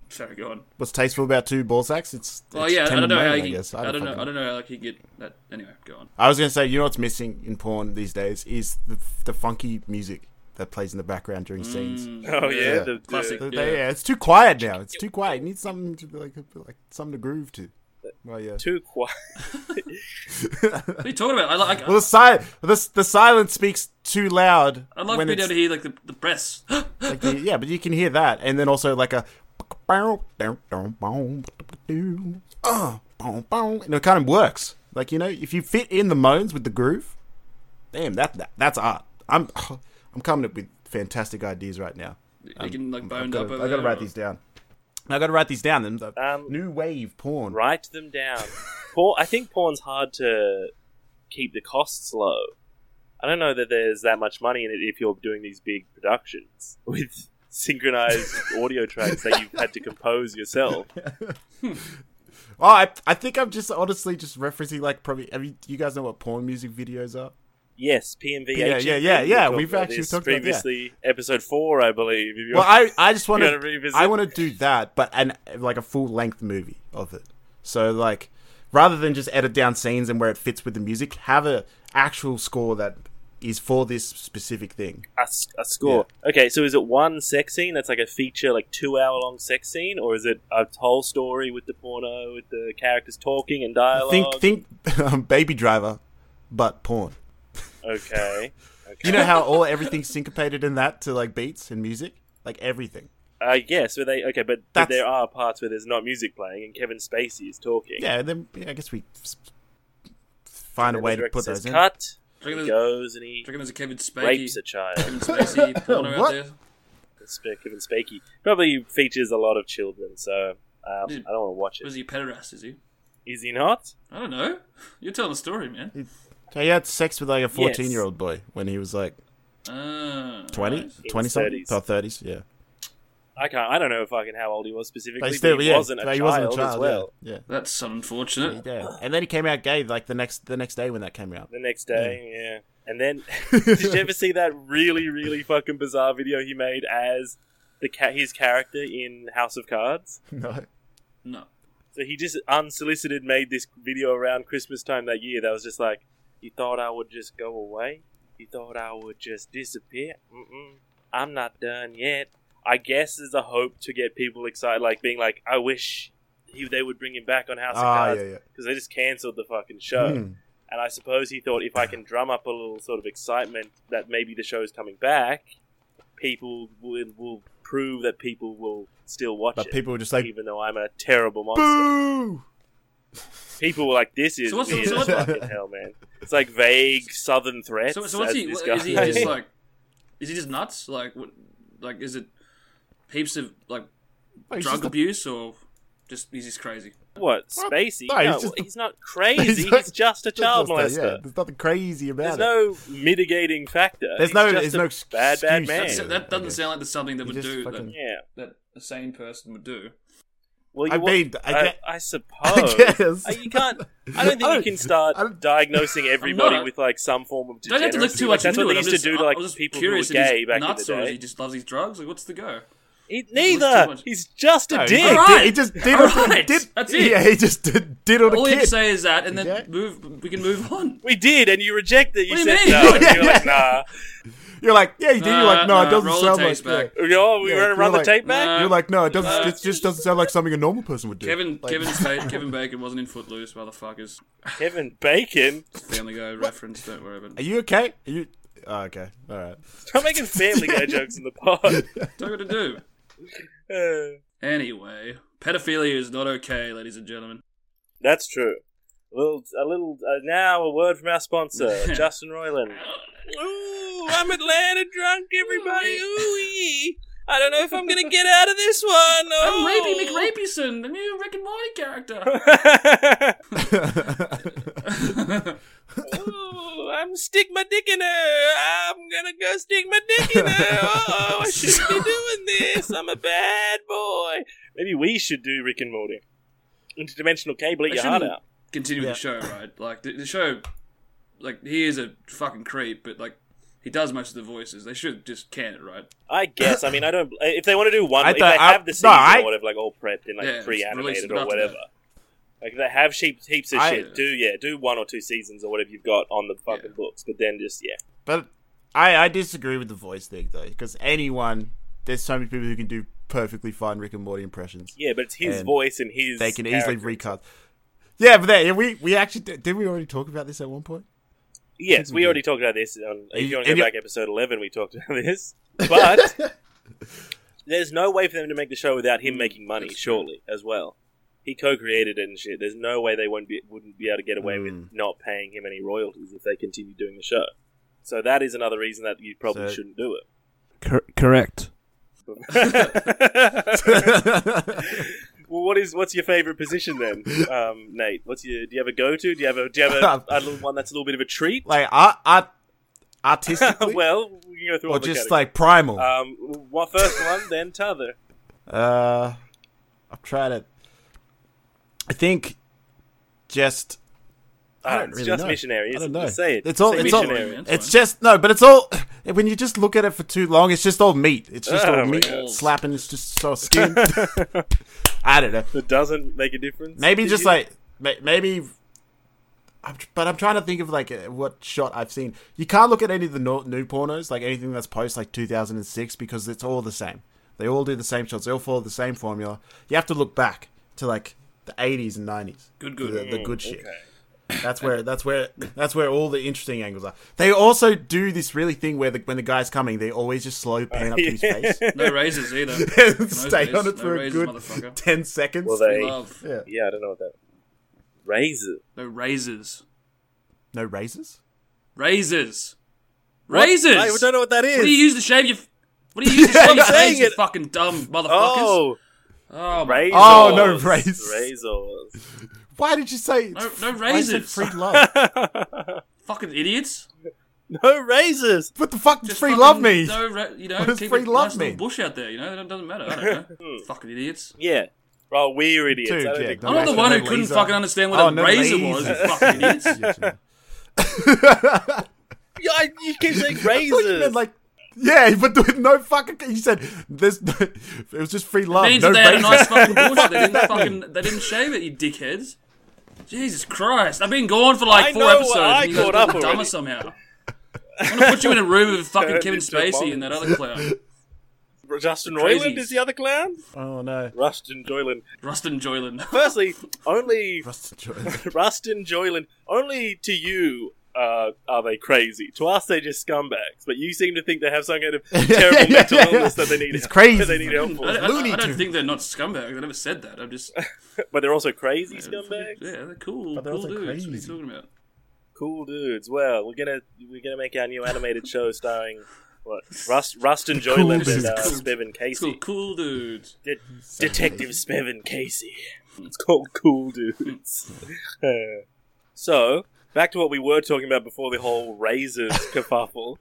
Sorry, go on.
What's tasteful about two ball sacks? It's,
Well,
it's
Oh, yeah, I don't
tender
know how
moaning,
you.
I
I,
guess.
don't know.
fucking
I don't know how like you get that. Anyway, go on.
I was gonna say, you know what's missing in porn these days is the the funky music that plays in the background during scenes.
oh yeah,
Yeah.
the, the-
Classic.
They-
Mm, Yeah.
they- yeah, it's too quiet now. It's too quiet. It needs something to be like like something to groove to. Well, yeah.
too quiet. *laughs*
What are you talking about? I like.
Well, the si- the the silence speaks too loud.
I love
when
being
it's-
able to hear like the, the *gasps* breaths.
like the, yeah, but you can hear that, and then also like a. Uh, and it kind of works. Like you know, if you fit in the moans with the groove, damn that, that that's art. I'm *sighs* I'm coming up with fantastic ideas right now.
you can like
Um, I've
boned
got
up.
to,
over
I've got to
there,
write
or-
these down. I got to write these down. Then the
Um,
new wave porn.
write them down. Porn, I think porn's hard to keep the costs low. I don't know that there's that much money in it if you're doing these big productions with
*laughs*
synchronized audio tracks that you've had to compose yourself.
Oh, I, I think I'm just honestly just referencing like probably. Have you, you guys know what porn music videos are?
Yes, PMV.
Yeah,
HMV,
yeah, yeah, yeah,
we
we've
about
actually
this
talked about- yeah.
previously episode four, I believe. If you
Well, I I just want
gotta
to
revisit.
I want to do that, but an like a full length movie of it. So like, rather than just edit down scenes and where it fits with the music, have a actual score that is for this specific thing.
a, s- a score. Okay, so is it one sex scene that's like a feature, like two hour long sex scene, or is it a whole story with the porno, with the characters talking and dialogue?
Think think um, Baby Driver, but porn.
Okay. okay.
You know how all
*laughs*
everything's syncopated in that to like beats and music, like everything.
Uh, yes, but they okay, but, but
That's-
there are parts where there's not music playing and Kevin Spacey is talking.
Yeah, and then yeah, I guess we s- find a
And
way
the
to
director
put
says,
those in.
Cut.
Do you
He
reckon there's-
goes and he
do you reckon there's a Kevin
rapes
Spacey?
a
*laughs*
child.
Kevin
*laughs*
Spacey porno out
What?
there.
It's for Kevin Spacey probably features a lot of children, so um, I
Dude.
don't want to watch
Or Is
it.
he a pederast? Is he?
Is he not?
I don't know. You're telling the story, man.
So he had sex with like a fourteen-year-old boy when he was like
Ah,
20,
right.
20 something,
30s.
or thirties. Yeah.
I can't. I don't know fucking how old he was specifically.
But
But
still,
he,
yeah,
wasn't
but
a
he
child
wasn't a child
as well.
Yeah. yeah.
That's unfortunate.
Yeah. And then he came out gay like the next the next day when that came out.
The next day, yeah. And then, *laughs* did you ever see that really, really fucking bizarre video he
*laughs*
made as the cat his character in House of Cards?
No.
No.
So he just unsolicited made this video around Christmas time that year that was just like, you thought I would just go away? You thought I would just disappear? Mm-mm. I'm not done yet. I guess is a hope to get people excited, like being like, I wish he, they would bring him back on House of
Ah,
Cards
yeah, yeah.
because they just cancelled the fucking show.
Hmm.
And I suppose he thought if I can drum up a little sort of excitement that maybe the show's coming back, people will, will prove that people will still watch
But
it.
people were just like,
even though I'm a terrible monster,
boo!
people were like, "This is
So what's-
weird
so
as
what-
fucking hell, man." It's like vague Southern threats.
So, so what's
as
he?
this
What,
guy-
is he
*laughs*
just like? Is he just nuts? Like, what, like is it heaps of like
Like, it's
drug
"Oh, just a-
abuse or just he's just crazy?
what? Spacey?
No, he's
No, he's,
just-
not crazy.
He's
He's,
not-
just a child
Just that, yeah,
molester.
There's nothing crazy about
There's
it.
no mitigating factor.
There's
He's
no-
just
there's
a
no
bad, bad
excuse.
man.
That's,
Yeah,
that doesn't
okay.
sound like the something that
He
would
just
do
fucking-
yeah.
that, that a sane person would do.
Well, you
I
want-
mean, I get-
I,
I
suppose.
guess.
Uh,
*laughs*
You can't. I don't think
I
you
don't-
can start
I don't-
diagnosing everybody
not-
with like some form of
Don't have
degeneracy.
to look too
like,
much
that's
into
what
it.
they
I'm
used
just,
to do
I-
to like
I was just
people who were
curious if
gay
he's
back in the
nuts or if he
day.
just loves his drugs. Like, what's the go?
He-
look too
neither.
much-
He's just a
No,
dick.
He,
All
did,
right.
he just diddled
All right.
did,
That's it.
Yeah, he just did, diddled
All
a
you have
kid.
to say is that, and then
Okay.
move. We can move on.
We did, and you rejected it. You
What do you
said
mean?
*laughs*
no. And you're
Yeah.
like, nah.
You're like, yeah, he did. You're like, no,
Nah,
it
nah,
doesn't
Uh, roll the
sound
tapes
like that.
back.
You know, oh, we
Yeah,
were to run
you're
the
like-
tape back.
Nah.
You're like, no, it doesn't.
Nah.
it just doesn't sound like something a normal person would do.
Kevin
like, *laughs*
Kevin Spa- Kevin Bacon wasn't in Footloose, motherfuckers.
Kevin Bacon.
Family Guy reference. Don't worry about
Are
it.
you okay? Are you oh, okay? All right.
Stop making Family Guy jokes in the pod.
*laughs*
*laughs*
Don't got to do.
Uh,
Anyway, pedophilia is not okay, ladies and gentlemen.
That's true. A little, a little. Uh, now a word from our *laughs* sponsor, Justin Roiland. Ooh, I'm Atlanta drunk, everybody. Ooh, yee. I don't know if I'm gonna get out of this one.
I'm
Oh.
Rapey McRapeyson, the new Rick and Morty character.
Ooh, I'm stick my dick in her. I'm gonna go stick my dick in her. Oh, I shouldn't be doing this. I'm a bad boy. Maybe we should do Rick and Morty. Interdimensional cable, eat
I
your heart
shouldn't
out.
Continue with the show, right? Like the, the show, like he is a fucking creep, but like he does most of the voices. They should just can it, right?
I guess. I mean, I don't. If they want to do one,
I
if
thought-
they
I-
have the
no,
season
I-
or whatever, like all prepped and like
Yeah, just release
pre-animated
it
or
after
whatever. Like if they have sheep, heaps of
I-
shit. Do yeah, do one or two seasons or whatever you've got on the fucking
Yeah.
books, but then just yeah.
But I, I disagree with the voice thing though, because anyone, there's so many people who can do perfectly fine Rick and Morty impressions.
Yeah, but it's his
And
voice and his.
They can
character.
easily recast. Yeah, but there, we we actually did. Did we already talk about this at one point?
Yes, we already talked about this. On, if
And-
you want to
and
go
you-
back episode eleven, we talked about this. But there's no way for them to make the show without him making money.
that's true.
Surely, as well, he co-created it and shit. There's no way they wouldn't be wouldn't be able to get away with not paying him any royalties if they continue doing the show. So that is another reason that you probably
So-
shouldn't do it.
correct.
*laughs* Well, what is what's your favorite position then, um, Nate? What's your do you have a go to? Do you have a do you have a, a little one that's a little bit of a treat?
Like art,
*laughs*
art artistically,
well, we can go through all
or
the
just
categories.
like primal. Uh,
Um, one first one, then t'other.
I've tried it. I think just *laughs* I
Ah,
don't
it's
really
just
know.
missionary.
I
Isn't
don't
it?
know.
Just say it.
It's all
Say
it's all
missionary.
That's
it's
fine.
just no, but it's all when you just look at it for too long, it's just all meat. It's just
*laughs* Oh
all
my
meat
God.
slapping. It's just
*laughs*
so skin. *laughs* I don't know.
It doesn't make a difference.
Maybe
Did
just
you-
like ma- maybe. I'm, tr- but I'm trying to think of like uh, what shot I've seen. You can't look at any of the no- new pornos, like anything that's post like 2006, because it's all the same. They all do the same shots. They all follow the same formula. You have to look back to like the 80s and 90s.
Good, good. Oh,
The, the good shit. That's where that's where that's where all the interesting angles are. They also do this really thing where the, when the guy's coming, they always just slow pan up to
*laughs*
his face
No
*laughs*
razors either.
and
Those
stay
days,
on it
no
for a
razors,
good *laughs*
motherfucker.
ten seconds.
Well, they-
Love
yeah.
Yeah, I don't know what that. Razor.
no razors.
No razors.
Razors. Razors.
I don't know what that
What do
is.
you use to shave your? f- What do you
*laughs*
use to shave your
saying
face? You
it.
fucking dumb motherfuckers.
Oh,
Oh, my-
razors.
Oh, no, razors. *laughs*
Razors.
Why did you say
No- no
why is it
razors. *laughs*
Free love.
fucking idiots!
No razors.
what the fuck does
Just
free
fucking
love me?
No, ra- you know,
What does
keep
free
a
love
nice little
mean?
bush out there. You know, that doesn't matter. I don't
*laughs*
know. fucking idiots.
Yeah. Oh, we're idiots.
Dude,
I don't
yeah,
think
no
I'm not the
razor,
one who
no
couldn't
uh,
laser.
fucking understand what
Oh,
a
no
razor
laser.
was. You
*laughs*
fucking idiots.
I
Oh, Yeah, I- you keep saying
thought you *laughs*
razors.
meant like Yeah, *laughs* but with no fucking. He said there's no. *laughs* It was just free love.
means
no
that they had a
racism.
nice fucking bullshit. They didn't fucking they didn't shave it, you dickheads. Jesus Christ! I've been gone for like
I
four
know,
episodes.
I
and you guys
caught
got
up
dumber
already.
somehow. I'm gonna put you in a room with fucking
Turned
Kevin
into a
Spacey and that other clown,
Justin
Crazies.
Roiland is the other clown.
Oh no,
Rustin Joyland.
Rustin
*laughs*
Joyland.
Firstly, only
Rustin Joyland.
Rustin Joyland. Only to you uh, are they crazy. To us, they're just scumbags. But you seem to think they have some kind of terrible
*laughs* yeah,
mental
yeah.
illness that they need.
It's crazy.
That they need help
I,
for.
don't- I,
Looney
I don't
Tunes.
think they're not scumbags. I never said that. I'm just uh,
But they're also crazy scumbags.
Yeah, they're cool.
But they're
cool
also
dudes. What are you
crazy.
talking about?
Cool dudes. Well, we're gonna we're gonna make our new animated show starring what Rust Rustin
Cool
Joyland and
dudes.
uh,
Cool.
Spevin
It's called
Casey.
cool dudes.
De-
*laughs*
Detective Spevin Casey. It's called Cool *laughs* Dudes. Uh, so, back to what we were talking about before the whole
*laughs*
razors kerfuffle.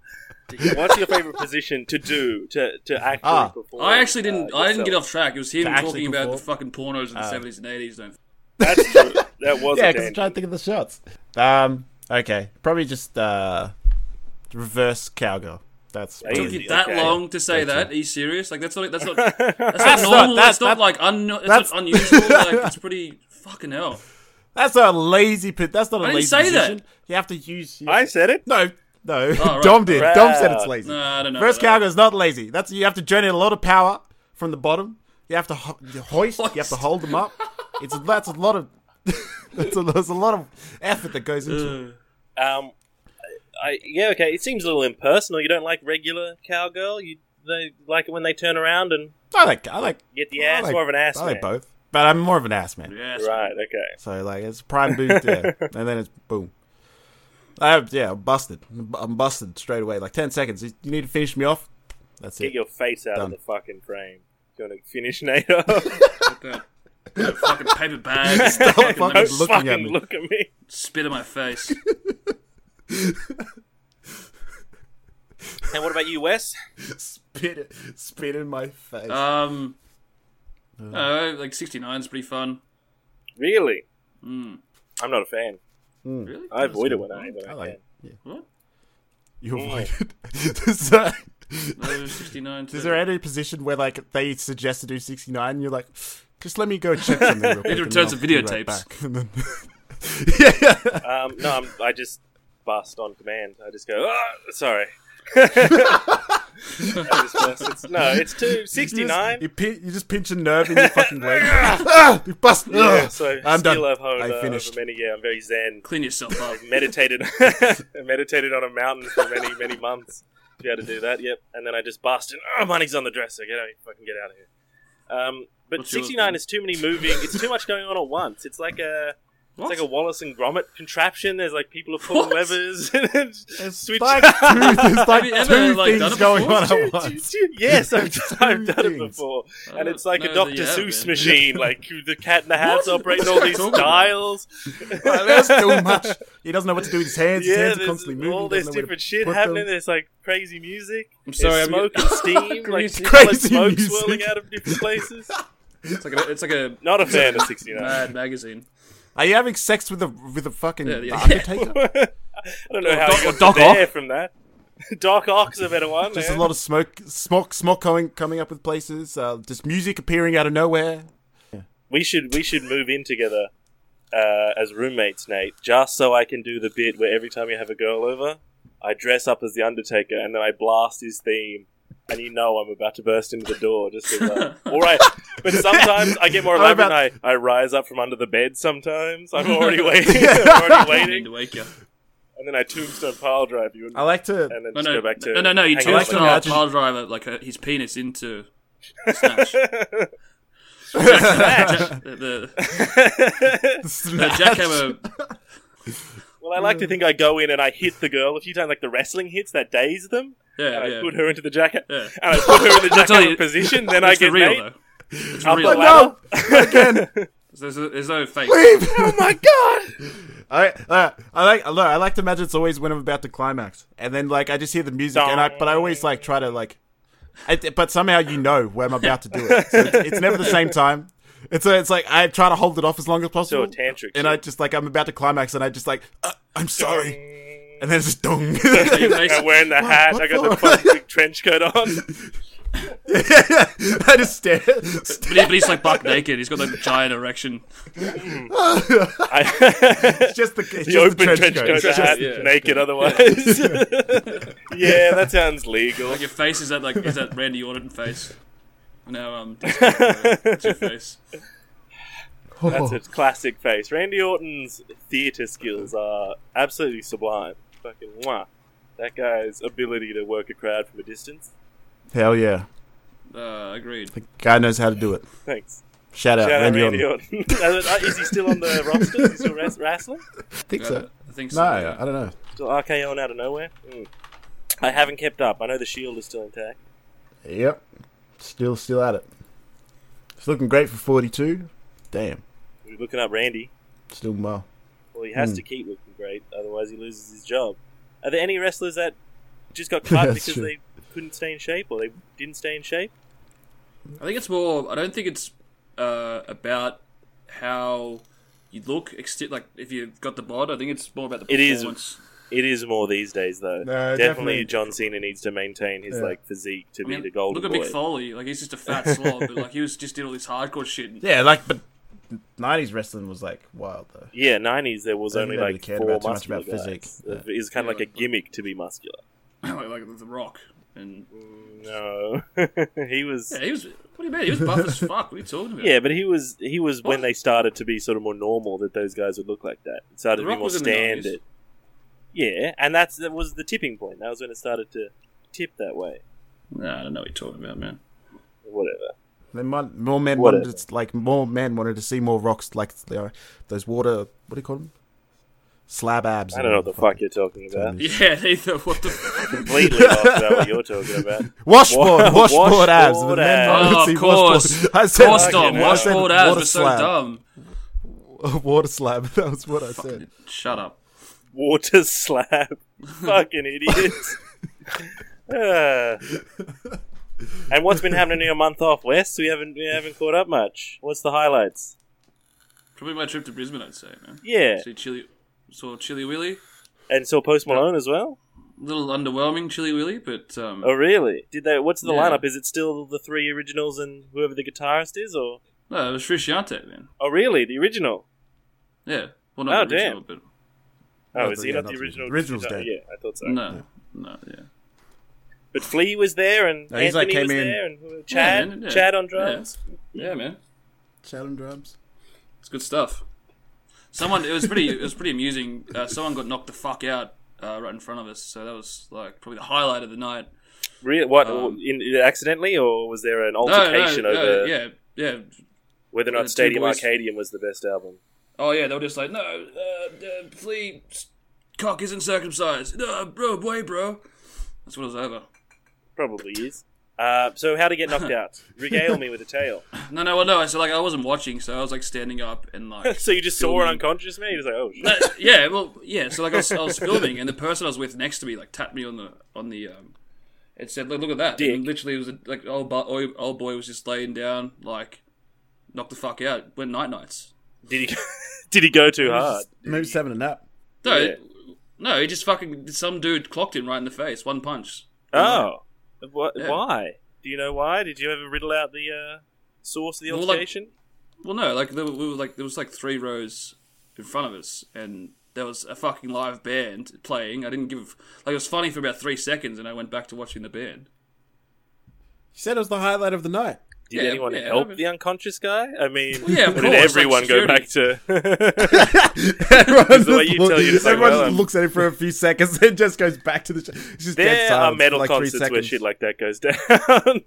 What's your favorite position to do to to actually
Ah.
perform?
I actually didn't.
uh,
I didn't
yourself?
get off track. It was him
To actually Uh,
talking about the
perform?
fucking pornos in the seventies and eighties. Don't.
That's true. That
*laughs*
was
yeah, because I'm
a tangent.
trying to think of the shots. Um, okay, probably just uh, reverse cowgirl. That's
Yeah,
probably-
Took you
Okay.
that
Okay.
long to say
Gotcha.
that? Are you serious? Like that's not. That's not. That's, not
that's-
normal. That's,
that's-
not like un. That's,
that's-
not unusual. like it's pretty fucking hell.
that's not a lazy pit. That's not a
I didn't
lazy
say that. Oh,
position. You have to use. you-
I said it.
no, *laughs* no.
right.
Dom did. Dom said it's
Proud.
lazy.
No, I don't know.
Reverse
about that.
cowgirl is not lazy. That's you have to drain in a lot of power from the bottom. You have to ho- you hoist. You have to
Hoist.
hold them up. It's that's a lot of. *laughs* that's, a, that's a lot of effort that goes into. it.
Um, I yeah okay. It seems a little impersonal. You don't like regular cowgirl. You they like it when they turn around and
I like. I like.
get the
I
ass
like-
more of an ass.
I like
man.
both, but I'm more of an ass man.
Yes.
Right. Okay.
So like it's prime boost
*laughs*
there, and then it's boom. I, yeah, I'm busted. I'm busted straight away. Like ten seconds. You you need to finish me off. That's
Get
it.
your face out
Done.
of the fucking frame. You want to finish NATO?
*laughs*
Like that. Little fucking paper bag. fucking
fucking
lemon
looking at
fucking
me.
look at me.
spit in my face.
And what about you, Wes?
Spit it. Spit in my face.
Uh,
Um. I don't know, like 69 is pretty fun.
Really? I'm not a fan.
Really?
I avoid it when I when
Hmm.
I,
I like.
can.
It. Yeah.
What?
You avoided. *laughs* so,
No, 69.
is there any position where like they suggest to do sixty nine? and You're like, just let me go check something.
*laughs*
Real quick,
to
and
return
then
some
I'll be right
videotapes.
back." And then- *laughs* yeah, yeah.
Um, no, I'm, I just bust on command. I just go. Ah,
*laughs*
sorry. I just bust. It's, no, it's two sixty
You just,
nine.
you, pin, you just pinch a nerve in your fucking
*laughs*
leg. *laughs* ah, you bust.
Yeah,
Ugh.
so
I'm
still
done.
I've honed,
I
uh,
finished.
over many. Yeah, I'm very zen.
Clean yourself up.
meditated *laughs* meditated on a mountain for many many months to be able to do that. Yep, and then I just busted. Oh, money's on the dresser. Get out, fucking get out of here. Um, but
What's your-
sixty nine is too many moving. It's too much going on at once. It's like a
What?
it's like a Wallace and Gromit contraption. There's like people are pulling
What?
levers *laughs* and then
It's
switch. *laughs*
like
*laughs*
two, there's like
you ever,
two
like, done
things
it
going
before?
on at once.
yes, I've, I've done it
things.
before,
I
and
don't
it's like a
know that
Dr.
you have,
Seuss
man.
machine. Like the cat in the hat's
What?
operating
What
all
are you
these
talking about?
dials.
Like, That's too much. He doesn't know what to do with his hands. his hands are
there's
constantly moving.
All
He
this
doesn't know where to
different shit
put
happening.
them.
There's like crazy music. I'm
sorry,
there's
I'm
smoke and steam. like
Crazy
crazy smoke
music.
swirling out of
*laughs*
different places.
It's like a, it's like a
Not a fan of 69.
mad magazine.
Are you having sex with a with a fucking
Yeah, yeah.
undertaker?
I don't know how
Doc-
you
or
got
Doc
to there
Ock?
from that. *laughs* Doc Ock's a better one.
There's
man.
a lot of smoke, smoke, smoke coming coming up with places. Uh, just music appearing out of nowhere.
we should we should move in together uh, as roommates, Nate, just so I can do the bit where every time you have a girl over, I dress up as the Undertaker and then I blast his theme. And you know I'm about to burst into the door just because. Uh,
*laughs*
all right, but sometimes I get more
I'm
elaborate.
about-
and I, I rise up from under the bed.
*laughs*
Sometimes I'm already waiting. I'm already
I need
waiting,
to wake you.
and then I tombstone pile drive you, and,
I like to.
and then
No,
just
no,
go back to
no, no, no. You
hanging out
like
tombstone
to
a
imagine-
pile driver like uh his penis into
*laughs*
*laughs*
Snatch.
with-
Jack- the, the, the jackhammer.
well, I like to think I go in and I hit the girl a few times, like the wrestling hits that daze them.
Yeah,
and I
yeah.
put her into the jacket,
Yeah.
and
*laughs*
I put her in the
tell
jacket
you, *laughs*
position. Then I
It's the
get
real
Nate
though. It's
up
real.
the
There's,
ladder.
there's no fake.
oh
my god!
I, uh, I like I like- I like to imagine it's always when I'm about to climax, and then like I just hear the music, and I but I always like try to like, I, but somehow you know when I'm about to do it. So it's, it's never the same time. It's a, it's like I try to hold it off as long as possible.
So tantric
and I just like I'm about to climax, and I just like uh, I'm sorry, and then it's just
*laughs*
dong.
Basically-
I'm wearing the hat.
what
I got the
for?
plastic trench coat *laughs* on.
*laughs* I just stare. *laughs*
but, he, but he's like buck naked. He's got that giant erection.
I,
It's just the, it's
the
just
open
the
trench, coat, the
Just-
hat,
yeah. *laughs*
naked otherwise. *laughs* yeah, that sounds legal. *laughs*
Like your face is that like is that Randy Orton face?
*laughs*
No, um, it's your face.
That's a classic face. Randy Orton's theatre skills are absolutely sublime. Fucking mwah. That guy's ability to work a crowd from a distance.
Hell yeah.
Uh, agreed.
God knows how to do it.
Thanks.
Shout out,
Shout out
Randy
Randy
Orton.
Orton. *laughs* Uh, Is he still on the roster? Is he still wras- wrestling?
I think
Uh,
so.
I think so.
No,
yeah.
I don't know.
Still RKOing out of nowhere? Mm. I haven't kept up. I know the Shield is still intact.
Yep. Still, still at it. It's looking great for 42. Damn.
We're looking up Randy.
Still well.
Well, he has
Hmm.
to keep looking great, otherwise he loses his job. Are there any wrestlers that just got
*laughs*
cut
That's
because
true.
they couldn't stay in shape or they didn't stay in shape?
I think it's more. I don't think it's uh, about how you look. Extent like if you've got the bod, I think it's more about the
It is.
performance.
It is more these days, though.
No,
definitely,
definitely-
John Cena needs to maintain his
Yeah.
like physique to
I mean,
be the golden
look at
boy.
Mick Foley. Like he's just a
*laughs*
fat slob, but like he was just did all this hardcore shit. And *laughs*
Yeah, like, but 90s wrestling was like wild though.
yeah, nineties there was
I don't
only
think they
like
really cared
four
about too much
muscular
about
guys.
physique.
It was kind
Yeah,
of like a
like-
gimmick to be muscular.
like, like the Rock, and
No, *laughs* he was.
yeah, he was. What do you mean? He was buff
*laughs*
as fuck. What are you talking about?
Yeah, but he was. He was when
What?
they started to be sort of more normal that those guys would look like that. It
The
started to be
Rock
more
was in the 90s.
standard. Yeah, and that's that was the tipping point. That was when it started to tip that way.
Nah, I don't know what you're talking about, man. *laughs*
Whatever.
They might, more men
Whatever.
wanted to, like more men wanted to see more rocks like you know, those water. What do you call them? Slab abs.
I don't know what the fuck you're talking about.
Yeah, neither. What
*laughs*
the? Fuck?
Completely off about what you're talking about. *laughs*
Washboard,
Wa-
washboard abs. The
washboard
men wanted
abs.
to
Oh, of
see
course.
washboard. *laughs* I
Of
said,
course
Fucking
not.
hell.
I said
Washboard abs
water
were so
slab.
dumb.
*laughs* Water slab. That was what I said.
Shut up.
water slab. Fucking idiots. Ah. and what's been happening in your month off, Wes? We haven't we haven't caught up much. What's the highlights?
Probably my trip to Brisbane, I'd say, man.
Yeah,
See Chili, saw Chili Willy.
and saw Post Malone as well.
Little underwhelming, Chili Willy, but um,
Oh, really? Did they? What's the
Yeah.
lineup? Is it still the three originals and whoever the guitarist is, or?
no, it was Frusciante, man.
Oh, really? The original?
Yeah, well, not
Oh,
the original,
Oh,
No,
is
but
he
yeah,
not
not
the
the
original?
original's
guitar-
dead.
Yeah, I thought so.
but no, no, yeah.
But Flea was there, and
No,
Anthony
he's like
was
came in-
there, and who-
Yeah,
Chad,
man, yeah.
Chad on drums.
Yeah. yeah, man,
Challenge drums.
it's good stuff. Someone, it was pretty, it was pretty amusing. Uh, someone got knocked the fuck out uh, right in front of us, so that was like probably the highlight of the night.
Real, what?
Um,
in, accidentally, or was there an
No, no,
altercation
no,
over?
yeah, yeah.
whether or
Uh,
not
Two
Stadium
Boys-
Arcadium was the best album.
Oh yeah, they were just like, no, uh, uh, flea cock isn't circumcised. No, bro, way, bro. That's what it was over.
Probably is. Uh, so how to get
*laughs*
knocked out? Regale me with a tale. *laughs*
No, no, well, no. So like, I wasn't watching, so I was like standing up and like.
So you just saw an unconscious man. You're just like, oh shit.
No, Uh, yeah, well, yeah. So like, I was, I was filming, and the person I was with next to me like tapped me on the on the um, and said, "Look, look at that!"
Dick.
And literally, it was a, like old bu- old boy was just laying down, like knocked the fuck out. Went night nights.
Did he? *laughs* did he go too hard?
Maybe just having a nap.
No,
Yeah.
no, he just fucking some dude clocked him right in the face, one punch.
Oh, Wha-
Yeah.
why? Do you know why? Did you ever riddle out the uh, source of the
Well, like-
altercation?
Well, no, like there were, we were like there was like three rows in front of us, and there was a fucking live band playing. I didn't give like it was funny for about three seconds, and I went back to watching the band.
You said it was the highlight of the
*laughs*
night.
Did
Yeah,
anyone
yeah, I
help
mean-
the unconscious guy? I mean,
Well, yeah, of
*laughs* did
course, like
everyone go
security.
back to?
Everyone,
the way
just
you tell you to say,
everyone
well
just
done.
looks at it for a few seconds, *laughs* then just goes back to the. Show. It's just dead
*laughs* there are
silence for
metal
like three
concerts where
seconds.
shit like that goes *laughs* down.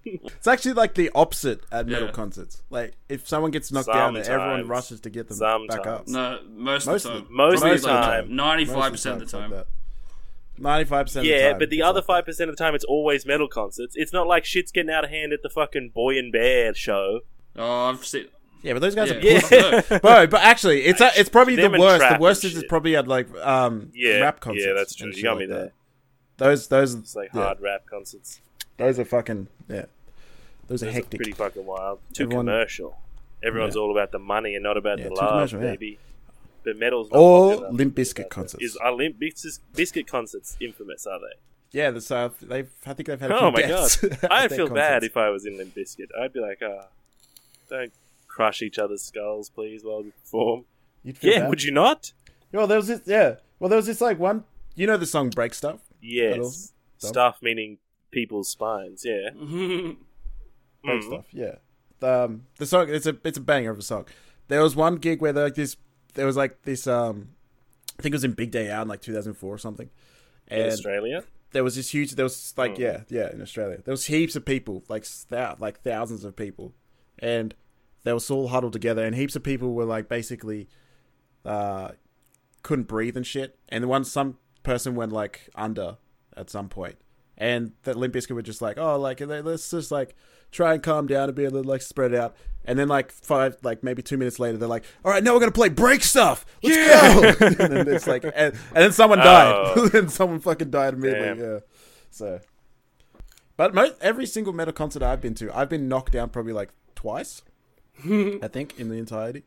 It's actually like the opposite at metal
Yeah.
concerts. Like if someone gets knocked down, everyone
Sometimes.
rushes to get them back up.
Sometimes.
No, Uh, most,
Most
of the
of
time.
the-
most of
Probably
the
like
time.
Ninety-five percent of the time.
Ninety-five percent. of the
yeah,
time,
but the
it's
other
like
five percent of the time, it's always metal concerts. It's not like shit's getting out of hand at the fucking Boy and Bear show.
Oh, I've seen.
that. Yeah, but those guys
Yeah.
are.
Yeah.
Yeah. *laughs* Bro, but actually, it's uh, it's probably the
Them and
worst.
trap
The
and
worst is
shit.
it's probably at like um
Yeah,
rap concerts.
yeah, that's true.
and
You
shit
got
like
me
that.
there.
Those those
It's like
yeah,
hard rap concerts.
Those are fucking yeah. Those are
It's
hectic.
pretty fucking wild. Too
Everyone-
commercial. Everyone's all about the money and not about
Yeah,
the
too
love,
commercial, yeah.
baby. but metal's not
Or
popular.
Limp Biscuit concerts.
Is are Limp Bizkit, Biscuit concerts infamous?
*laughs*
Are they?
yeah, the South. They've. I think they've had. A few
Oh my god!
deaths *laughs* at
I
their
feel bad
concerts.
if I was in Limp Bizkit. I'd be like, ah, don't crush each other's skulls, please, while we perform.
You'd feel
Yeah,
bad.
would you not?
Well, there was this. Yeah. Well, there was this like one. You know the song "Break Stuff." Metal
Yes, stuff meaning people's spines. Yeah,
Mm-hmm.
Mm-hmm.
Break Stuff. Yeah. Um, the song. It's a. It's a banger of a song. There was one gig where there, like this. There was like this. Um, I think it was in Big Day Out in like 2004 or something.
in
And
Australia. Mm.
there was this huge. There was like yeah, yeah, in Australia, there was heaps of people, like thou- like thousands of people, and they were all huddled together, and heaps of people were like basically, uh, couldn't breathe and shit. And one some person went like under at some point, and that Limp Bizkit were just like, oh, like le- let's just like try and calm down and be a little like spread out. And then like five, like maybe two minutes later, they're like, all right, now we're gonna play break stuff. Let's go. *laughs* and then it's like, and, and then someone died.
Oh.
*laughs* and someone fucking died immediately.
Damn.
Yeah. So, but most every single metal concert I've been to, I've been knocked down probably like twice, I think, in the entirety.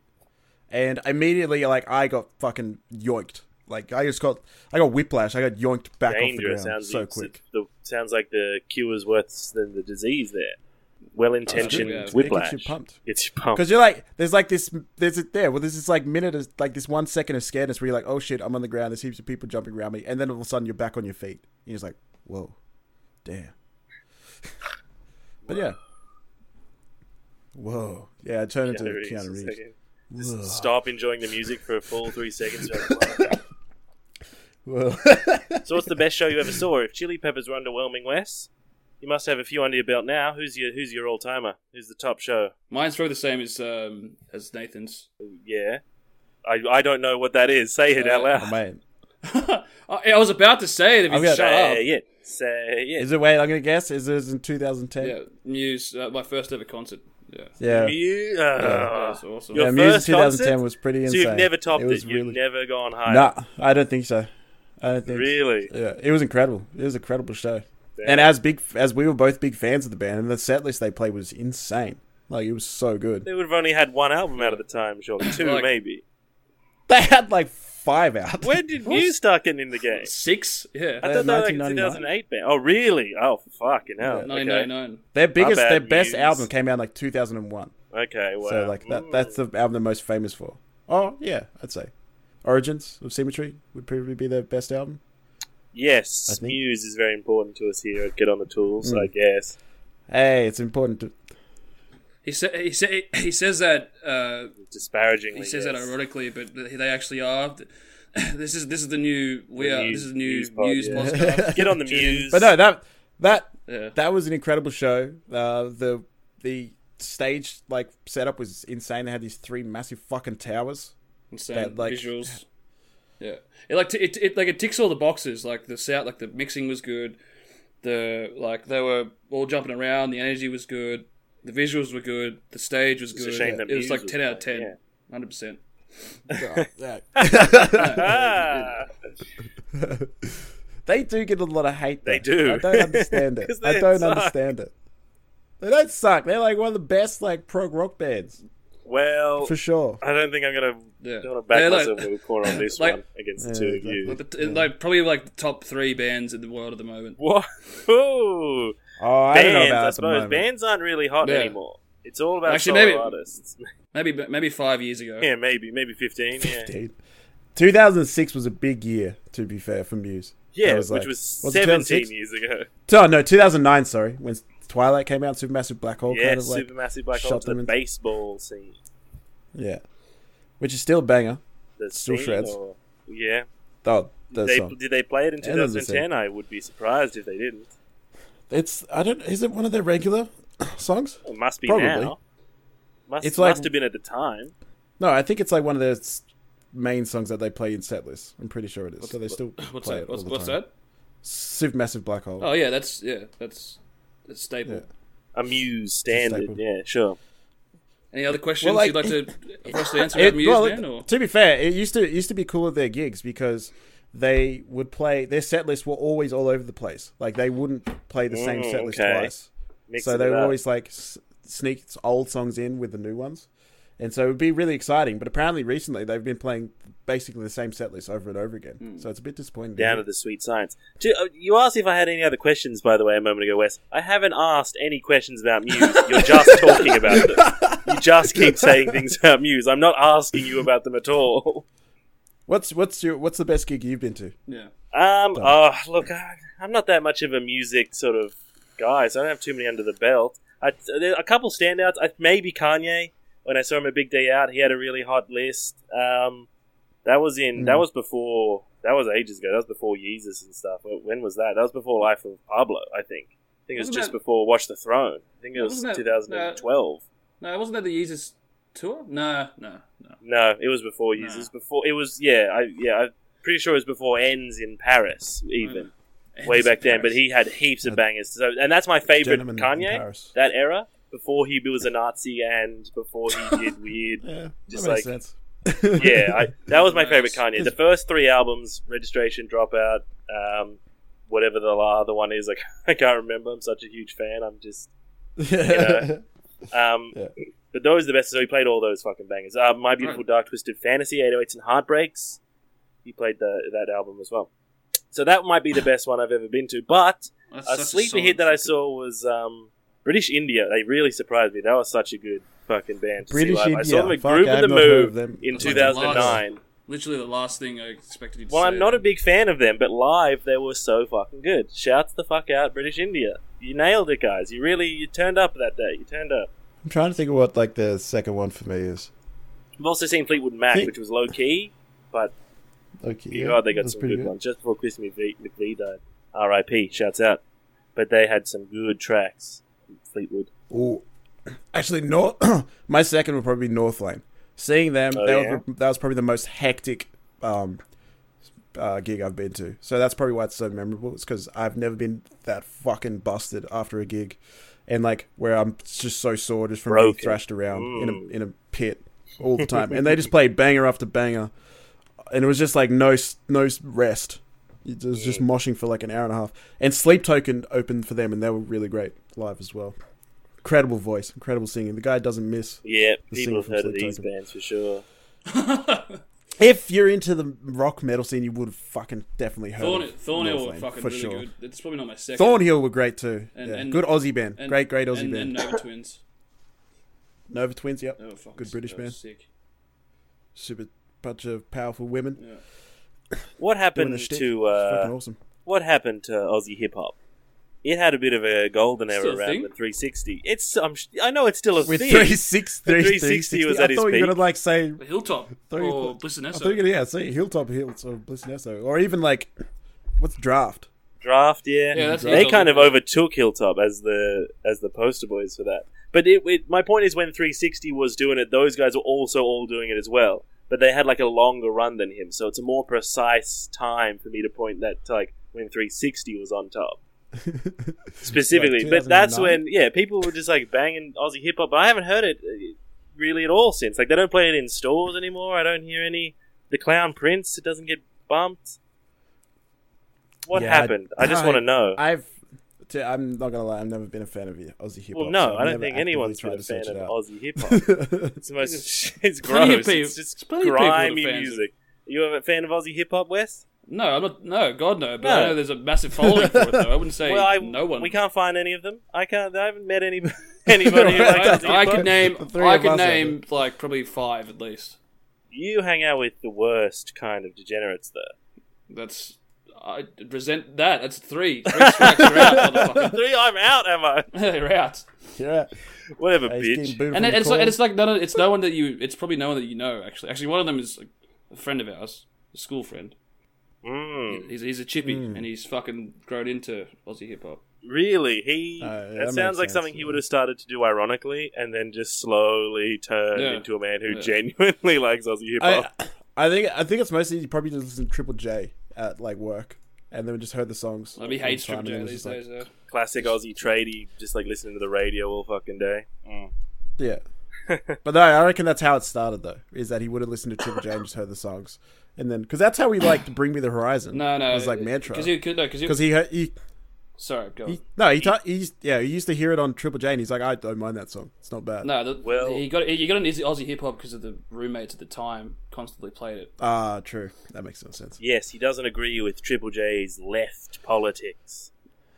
And immediately, like I got fucking yoinked. Like I just got, I got whiplash. I got yoinked back
Dangerous
off the ground
sounds
so
it's-
quick.
The, sounds like the cure is worse than the disease. There, well intentioned
That's good, yeah.
whiplash.
It gets you pumped.
Gets you pumped.
Because you're like, there's like this, there's it there. Well, there's this like minute, of, like this one second of scaredness where you're like, oh shit, I'm on the ground. There's heaps of people jumping around me, and then all of a sudden you're back on your feet. You're just like, whoa, damn. but yeah, whoa, yeah. I turn into
Keanu
Keanu
Reeves.
Reeves.
Just stop enjoying the music for a full three
*laughs*
seconds.
Whoa. *laughs*
so, what's the best show you ever saw? If Chili Peppers were underwhelming, Wes, you must have a few under your belt now. Who's your Who's your all timer? Who's the top show?
Mine's probably the same as um, as Nathan's. *laughs*
Yeah, I I don't know what that is. Say it out
*laughs*
Uh,
oh,
loud.
man,
I, I was about to say it if
I've
you
got-
shut up.
Say it. Say it.
is it? Wait, I'm gonna guess. Is it in 2010?
Yeah, Muse, uh, my first ever concert. Yeah,
yeah.
You-
that
uh,
was awesome.
Your
Yeah, Muse in
first
2010
concert?
was pretty
So
insane.
you've never topped it.
was
You've
really-
never gone higher.
Nah, I don't think so. I don't think so.
Really?
Yeah, it was incredible. It was an incredible show.
Damn.
And as big as we were both big fans of the band, and the set list they played was insane. Like it was so good.
They would have only had one album out at the
*clears throat*
time, surely. Two,
Like-
maybe.
They had like five
*laughs*
out.
When did Muse start getting in the game?
Six. Yeah,
I
Uh,
thought they were like a
1999.
2008 band. Oh, really? Oh, fucking hell.
nine
Okay.
nine nine.
Their biggest,
bad,
their best
Muse.
album came out in like 2001.
Okay, wow.
So like that,
Mm.
that's the album they're most famous for. Oh yeah, I'd say Origins of Symmetry would probably be their best album. I
Yes,
think- Mm.
Muse is very important to us here at Get on the Tools, I guess.
Hey, it's important to. *laughs*
He sa- he sa- he says that uh,
Disparagingly.
he says
yes.
that ironically, but th- *laughs* they actually are. This is this is the new we
The
are.
Muse-
This is the new
Muse
Muse,
pod, yeah. *laughs*
podcast.
Get on the Muse.
But no, that that
Yeah.
that was an incredible show. Uh, the the stage like setup was insane. They had these three massive fucking towers.
Insane
That, like-
visuals. Yeah, it like t- it, it like it ticks all the boxes. Like the sound, like the mixing was good. The like they were all jumping around. The energy was good. The visuals were good. The stage was
a
good.
shame that
it was
Muse
like
was
ten out of
playing,
ten. Hundred percent.
*laughs* Yeah.
Ah,
They do get a lot of hate. Though.
They do.
I don't understand it.
*laughs* 'Cause they
I don't
suck.
understand it. They don't suck. They're like one of the best like prog rock bands
well,
for sure.
I don't think I'm going to
Yeah.
don't wanna back
Yeah, like-
myself into a corner on
*laughs*
this
like-
one against the two of
exactly.
you.
Like, the, like probably like the top three bands in the world at the moment.
What? *laughs* Ooh.
Oh, I don't know
Bands,
about
I,
it at the
suppose.
moment.
Bands aren't really hot
Yeah.
anymore. It's all about
Actually,
solo
maybe-
artists. *laughs*
Maybe maybe five years ago.
Yeah, maybe, maybe 15. Yeah.
Dude. 2006 was a big year, to be fair, for Muse.
Yeah,
That was
which
like-
was
it
17
2006?
years ago.
Oh no, 2009. Sorry, when Twilight came out, Supermassive Black Hole.
Yeah,
kind of like,
Supermassive Black Hole
shot
to the
them in-
baseball scene.
Yeah, which is still a banger.
The
Still
scene
shreds.
or- yeah.
Oh, that
They,
song.
did they play it in
Yeah, that's the
2010? I would be surprised if they didn't.
It's I don't. Is it one of their regular *coughs* songs?
It must be
Probably.
now. Must,
It's
must
like-
have been at the time.
No, I think it's like one of their s- main songs that they play in set lists. I'm pretty sure it is. so they still
What's
play
that?
it
What's,
all the
what's
time.
that?
Supermassive Black Hole.
Oh yeah, that's yeah, that's that's staple.
Yeah.
Amuse
staple.
standard. Yeah, sure.
Any other questions
Well, like-
you'd like to for
*laughs*
us to answer
It-
about Muse,
well,
man? Or
to be fair, it used to it used to be cool at their gigs because they would play their set lists were always all over the place. Like they wouldn't play the same
Mm,
set list
okay.
twice.
Mixing
so they
it
would
up.
always like s- sneak old songs in with the new ones, And so it would be really exciting. But apparently, recently they've been playing basically the same set list over and over again.
Hmm.
So it's a bit disappointing. to hear.
Down to the sweet science. Ju- uh, You asked if I had any other questions, by the way, a moment ago, Wes. I haven't asked any questions about Muse. You're just talking about them. You just keep saying things about Muse. I'm not asking you about them at all. *laughs*
What's what's your what's the best gig you've been to?
Yeah.
Um, oh, look, I, I'm not that much of a music sort of guy, so I don't have too many under the belt. I, there are a couple standouts, I, maybe Kanye. When I saw him a big day out, he had a really hot list. Um, that was in that was before that was ages ago. That was before Yeezus and stuff. Wh- When was that? That was before Life of Pablo, I think. I think it was
Wasn't
just
that-
before Watch the Throne. I think it was
Wasn't that- uh,
2012.
No, wasn't that the Yeezus tour? No, no, no.
No, it was before Yeezus. Before it was yeah, I yeah, I'm pretty sure it was before Ends in Paris even. way back then, but he had heaps of bangers. So, and that's my favorite
Gentleman in
Kanye
Paris.
that era before he was a Nazi and before he did
*laughs*
weird.
Yeah,
Just
that makes
like-
sense.
yeah, I, that was my favorite
Nice.
Kanye. The first three albums: Registration, Dropout, um, whatever the other one is. I, can't- *laughs* I can't remember. I'm such a huge fan. I'm just.
yeah.
Um,
Yeah.
But those are the best. So he played all those fucking bangers. Uh, my Beautiful Dark Twisted Fantasy, 808s and Heartbreaks. He played the, that album as well. So that might be the best one I've ever been to. But
That's
a
such
sleeper
solid
hit that I
fucking-
saw was um, British India. They really surprised me. That was such a good fucking band. To
British
see live. I saw
India.
them at
Fuck,
Group
I
of
have
the
not heard
Move
of them.
in
That's like
the last-
2009.
Literally the last thing I expected you to
Well,
say.
I'm not a big fan of them, but live they were so fucking good. Shouts the fuck out, British India. You nailed it, guys. You really you turned up that day. You turned up.
I'm trying to think of what like the second one for me is.
I've also seen Fleetwood Mac,
Think-
which was low key, but
Okay,
you
yeah,
God, they got
that's
some
pretty
good, ones. Just before Chris McVie, McVie died, R.I.P. Shouts out. But they had some good tracks. Fleetwood.
Ooh. Actually, North. *clears throat* my second would probably be North Lane. Seeing them,
Oh,
that,
yeah?
was, that was probably the most hectic um, uh, gig I've been to. So that's probably why it's so memorable. It's because I've never been that fucking busted after a gig, and like where I'm just so sore just from being
Broken.
thrashed around in a in a pit all the time. and they just played banger after banger, and it was just like no s- no s- rest. It was just moshing for like an hour and a half. And Sleep Token opened for them, and they were really great live as well. Incredible voice, incredible singing. The guy doesn't miss.
Yeah,
The
people
singer
have
from
heard of
Fleet
these
Token.
bands for sure.
If you're into the rock metal scene, you would have fucking definitely heard.
Thorn,
of
Thornhill were
Northlane,
fucking
for
really
sure.
good. It's probably not my second.
Thornhill were great too.
And-
yeah.
and-
good Aussie band.
and-
great, great Aussie
and, uh,
band.
And Nova Twins.
Nova Twins, yep.
They were fucking
Good British
they were
band.
Sick.
Super bunch of powerful women.
Yeah.
Doing
What
their
happened
shtick.
to
It's
uh,
fucking awesome.
what happened to Aussie hip hop? It had a bit of a golden
Still a
era around
thing.
the 360. It's I'm, sh- I know it's still a
With
thing.
36,
The
360,
360 was
I
at his
thought you were
peak.
gonna like say
The Hilltop
thought you
or
put-
Bliss and
I
Esso.
thought you were gonna yeah, say Hilltop Hills oh, or Bliss Nesso. Or even like what's draft?
Draft, yeah,
Yeah, that's
they
Hilltop.
kind of overtook Hilltop as the as the poster boys for that. But it, it, my point is, when 360 was doing it, those guys were also all doing it as well. But they had like a longer run than him, so it's a more precise time for me to point that to like when 360 was on top. specifically.
Like
but that's
2009?
when yeah, people were just like banging Aussie hip hop. But I haven't heard it uh, really at all since. Like they don't play it in stores anymore. I don't hear any. The Clown Prince it doesn't get bumped. What
Yeah,
happened? I, just want to know.
I've t- I'm not gonna lie, I've never been a fan of Aussie hip hop.
well, no,
so I've
I don't
never
think
actively
anyone's
tried
been
to
a fan
search
of
it out.
Aussie hip hop. it's the most. *laughs* It's gross.
Plenty of people-
it's just
plenty of people that are
grimy
fans of-
music. you ever a fan of Aussie hip hop, Wes?
No, I'm not. No, God no. But
No.
I know there's a massive following for it though. I
*laughs*
wouldn't say
Well, I,
no one.
We can't find any of them. I can't. I haven't met any *laughs* anybody. who likes Aussie
I, I
hip-hop.
could name.
The three
I
of
could
us out
name like probably five at least.
You hang out with the worst kind of degenerates, though. *laughs*
That's. I resent that. That's three. Three strikes
*laughs*
you're out, motherfucker. *laughs*
Three, I'm out, am I?
you're out.
Yeah.
Whatever,
Hey, he's getting
bitch.
booed
And,
from
it,
the
it's like,
call.
and it's like no, no, it's no one that you. It's probably no one that you know. Actually, actually, one of them is like, a friend of ours, a school friend.
Mm,
He's he's a chippy,
Hmm.
and he's fucking grown into Aussie hip hop.
really? He.
Uh, yeah, that
that
makes
sounds like
sense,
something he
yeah.
would have started to do ironically, and then just slowly turned
Yeah.
into a man who
Yeah.
genuinely *laughs* likes Aussie hip
I,
hop.
*coughs* I think I think it's mostly you probably just listen to Triple J at like work, and then we just heard the songs.
Like, he
all the
hates
time,
Triple
and then
J
it was
these
just like-
days.
*laughs*
Though.
Classic Aussie tradie, just like listening to the radio all fucking day.
Yeah.
*laughs*
*laughs* but no, I reckon that's how it started though. Is that he would have listened to Triple J and just heard the songs, and then because that's how he liked "Bring Me the Horizon."
No, no,
it was like mantra
Because he, no, because
because he, he,
Sorry, go. on.
He, no, he, ta- he used, yeah, he used to hear it on Triple J, and he's like, I don't mind that song. It's not bad.
no, the,
Well-
he got he got an Izzy- Aussie hip hop because of the roommates at the time constantly played it.
Ah, true. That makes no sense.
Yes, he doesn't agree with Triple J's
*laughs*
left politics.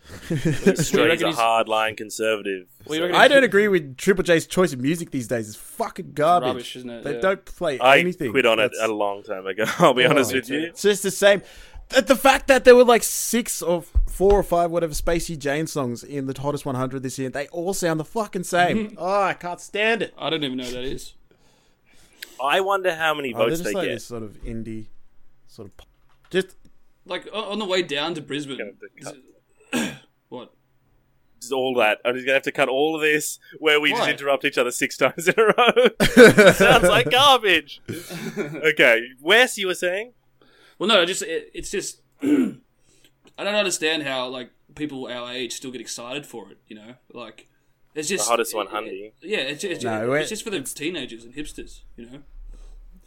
Well, you
Straight he's
reckon
a
he's-
hardline conservative.
well, you reckon
I
he's
don't agree with Triple J's choice of music these days. It's fucking garbage.
Rubbish, isn't it?
They
Yeah.
don't play
I
anything.
quit on
That's-
it a long time ago. *laughs* I'll be honest with you.
It's just the same. The, the fact that there were like six or four or five whatever Spacey Jane songs in the hottest 100 this year, they all sound the fucking same. oh, I can't stand it.
I don't even know who that is.
I wonder how many
Oh, they're
votes
just
they
like
get.
this sort of indie, sort of. pop- Just
Like o- on the way down to Brisbane.
Gonna have to cut.
is it- what?
Just all that. I'm just gonna have to cut all of this where we just
Why?
interrupt each other six *laughs* times in a
*laughs*
row. Sounds like
*laughs*
garbage. okay, Wes, you were saying?
Well, no, just it, it's just *clears throat* I don't understand how like people our age still get excited for it. You know, like it's just
hottest
it-
100.
it- Yeah, it's, it's,
No,
it's
it-
just for the teenagers and hipsters. You know,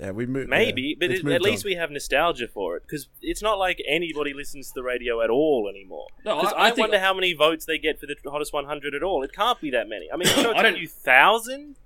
yeah, we moved.
Maybe, but it, at least we have nostalgia for it because it's not like anybody listens to the radio at all anymore.
No, I-
'Cause
I
I,
think-
wonder how many votes they get for the hottest 100 at all. It can't be that many.
*coughs*
I mean, I know
I
it's
don't-
a few thousand,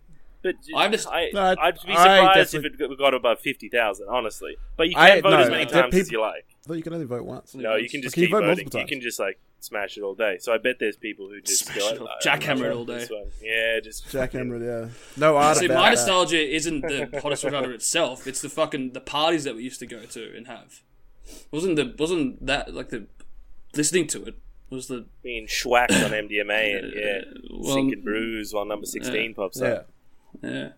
but
I'm just-
I,
No, I-
would be
I
surprised if
definitely-
it got- got above 50,000, honestly. But you
I-
can vote
no,
as many
no.
times
There are
as you like.
Though you can only vote once.
No, you can just
Can you
keep
vote
voting.
multiple
You can
times?
just like smash it all day. So I bet there's people who just
Smash
go,
it all-
"I- I
jackhammer it
love
all
this
day."
one." Yeah, just
Jackhammer, yeah. No art
see,
about
my
that.
nostalgia
*laughs*
isn't the hottest 100 itself. It's the fucking the parties that we used to go to and have. Wasn't the wasn't that like the listening to it was the
being schwacked
*laughs*
on MDMA and yeah,
Uh, well,
sinking brews while number 16 pops
Yeah.
up.
yeah.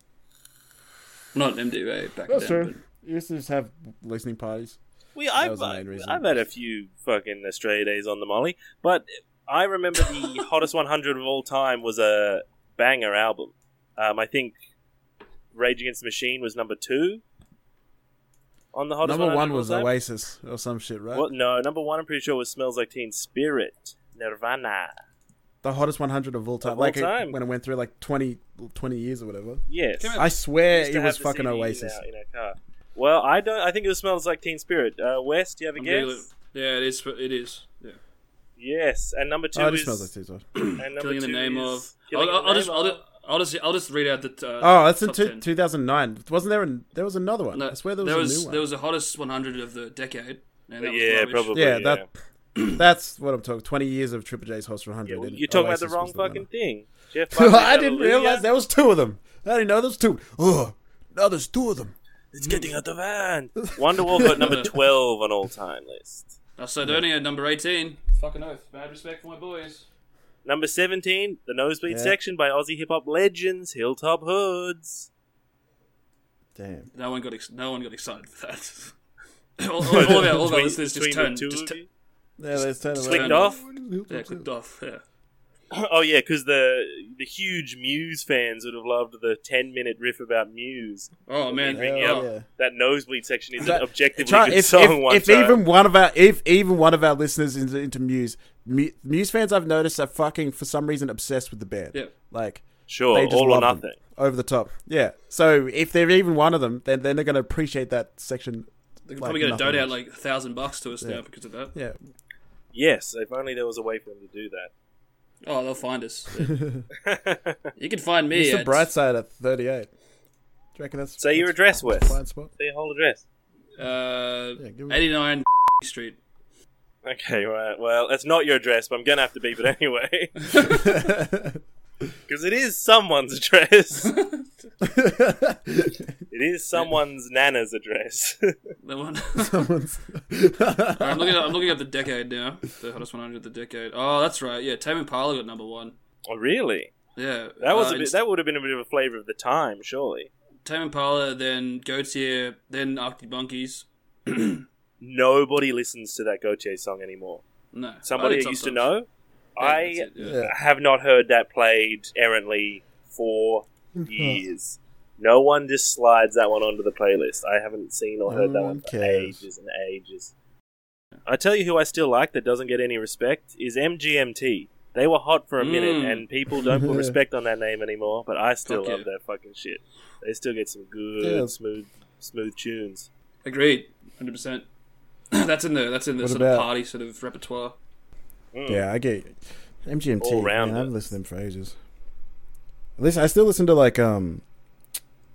Not MDMA back
That's
then.
true. You used to just have listening parties.
We, I've,
was the main reason.
I've had a few fucking Australia days on the Molly, but I
*laughs*
remember the hottest 100 of all time was a banger album. Um, I think Rage Against the Machine was number two on the hottest
Number
100
one
of all
was
time.
Oasis or some shit, right?
Well, no, number one I'm pretty sure was Smells Like Teen Spirit, Nirvana.
The hottest 100 of all time.
all
like it-
time.
when it went through like 20, 20 years or whatever.
Yes,
Came out-
I swear
Used to
it
have
was
the
fucking
CD in
Oasis.
our- in our car. Well, I don't. I think it smells like Teen Spirit. Uh, West, do you have a
I'm
guess?
really- yeah, it is. It is. Yeah.
Yes, and number two
Oh, it
is
just smells like Teen Spirit.
and number
Killing in the
two
name of.
is
I'll,
Killing in
I'll,
the
I'll just,
Name
I'll
of-
just, I'll just, I'll just read out the. Uh,
Oh, that's in
top
two,
10.
2009. Wasn't there? An, there was another one.
No,
I swear there was
there
a
was
new one.
there was a hottest 100 of the decade. And that was
yeah,
rubbish.
probably.
yeah, that. *clears throat* That's what I'm talking. Twenty years of Triple J's Hots 100.
Yeah, well,
and
you're talking
oh,
about
Oasis
the wrong
was
fucking
winner.
thing.
*laughs*
Jeff
I didn't
Buckley,
realize
Hallelujah.
there was two of them. I didn't know there was two. Oh, now there's two of them.
*laughs* It's getting out
*laughs*
the van. Wonderwall got
*laughs*
number twelve on all time list.
Uh, Sardonia, number 18. Fucking oath. Mad respect for my boys.
Number seventeen, the nosebleed
Yeah.
section by Aussie hip hop legends Hilltop Hoods.
Damn.
No one got ex- no one got excited for that. *laughs* all, all, all of our, all of our
*laughs* Between-
listeners just
between the
turned,
two
just
of
tu-
you.
Yeah, there's ten of
Clicked
them.
off.
yeah, clicked off. Yeah.
Oh yeah, because the the huge Muse fans would have loved the ten minute riff about Muse.
Oh man,
Hell
Yeah,
oh,
yeah.
that nosebleed section is
That-
an *laughs* objectively
Try-
good
if,
song.
if,
one
if
time.
even one of our if even one of our listeners is into Muse, Mu- Muse fans I've noticed are fucking for some reason obsessed with the band.
Yeah.
Like
sure,
they just
all or
love them.
nothing.
over the top. Yeah. So if they're even one of them, then then they're going to appreciate that section.
they're
like
probably gonna
nothing
donate
else.
like a thousand bucks to us now because of that.
Yeah.
Yes, if only there was a way for them to do that.
Oh, they'll find
*laughs*
*laughs*
us. you can find me.
It's the
at-
bright side at 38. Do you reckon that's
Say your
that's
address,
a
Wes. Say
blind spot? *laughs*
your whole address.
Uh,
Yeah, give me-
89 *laughs* Street.
Okay, right. Well, that's not your address, but I'm gonna have to beep it
*laughs*
anyway because it is someone's
*laughs*
address. it is someone's nana's address. *laughs*
That one. *laughs*
Someone's- *laughs*
I'm looking. At, I'm looking at the decade now. The hottest 100 of the decade. Oh, that's right. Yeah, Tame Impala got number one.
oh, really?
Yeah,
That was
uh,
a bit.
it's
That would have been a bit of a flavor of the time, surely.
Tame Impala, then Goatier, then Arctic Monkeys.
Nobody listens to that Gautier song anymore.
No,
Somebody
I did
I used to
sometimes.
know.
Yeah,
I
that's it, yeah.
Yeah.
have not heard that played errantly
*laughs*
for years. No one just slides that one onto the playlist. I haven't seen or heard
No
that
one
one for
cares.
ages and ages. I tell you who I still like that doesn't get any respect is MGMT. They were hot for a minute,
Mm.
and people don't
*laughs*
put
Yeah.
respect on that name anymore. But I still
Fuck
love
yeah.
that fucking shit. They still get some good,
Yeah.
smooth, smooth tunes.
Agreed, hundred percent. *laughs* That's in the that's in the
What
sort
about-
of party sort of repertoire.
Yeah, I get MGMT.
All round
man, I haven't
it.
listened to them for ages. Listen, I still listen to like um,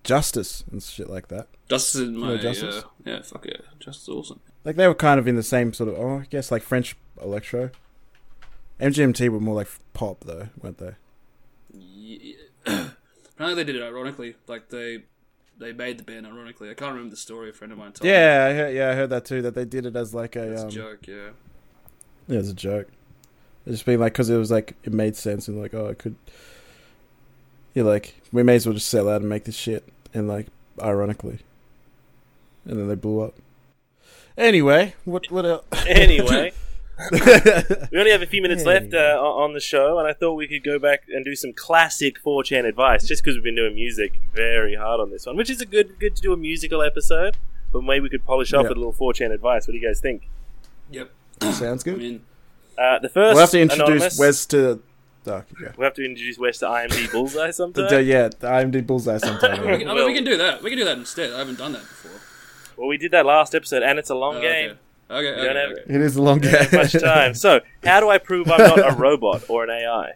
Justice and shit like that.
Justice in my
Justice?
Uh, yeah, fuck yeah, Justice is awesome.
Like they were kind of in the same sort of, oh, I guess like French electro. MGMT were more like pop though, weren't they?
Yeah. *clears throat* Apparently they did it ironically. Like they they made the band ironically. I can't remember the story. A friend of mine told me.
Yeah, I heard, yeah, I heard that too. That they did it as like a,
It's a
um,
joke. Yeah.
yeah, as a joke. It's just being like because it was like it made sense and like oh, it could. You're like we may as well just sell out and make this shit and like ironically, and then they blew up. Anyway, what what else? *laughs*
Anyway, we only have a few minutes
Hey.
left uh, o- on the show, and I thought we could go back and do some classic 4chan advice, just because we've been doing music very hard on this one, which is a good good to do a musical episode. But maybe we could polish up
Yeah.
with a little 4chan advice. What do you guys think?
Yep.
*coughs* Sounds
I
good.
mean,
Uh, the first
We'll have to introduce
anonymous-
Wes to. Oh, yeah.
We'll have to introduce Wes to
*laughs*
IMD Bullseye
The,
sometime.
the, yeah, the IMD bullseye sometime.
I
yeah.
*laughs*
mean, we can do that. We can do that instead. I haven't done that before.
Well, we did that last episode, and it's a long
Oh,
game.
Okay. Okay.
We don't
okay,
have-
okay.
It is a long game. *laughs*
much time. So, how do I prove I'm not a robot or an AI?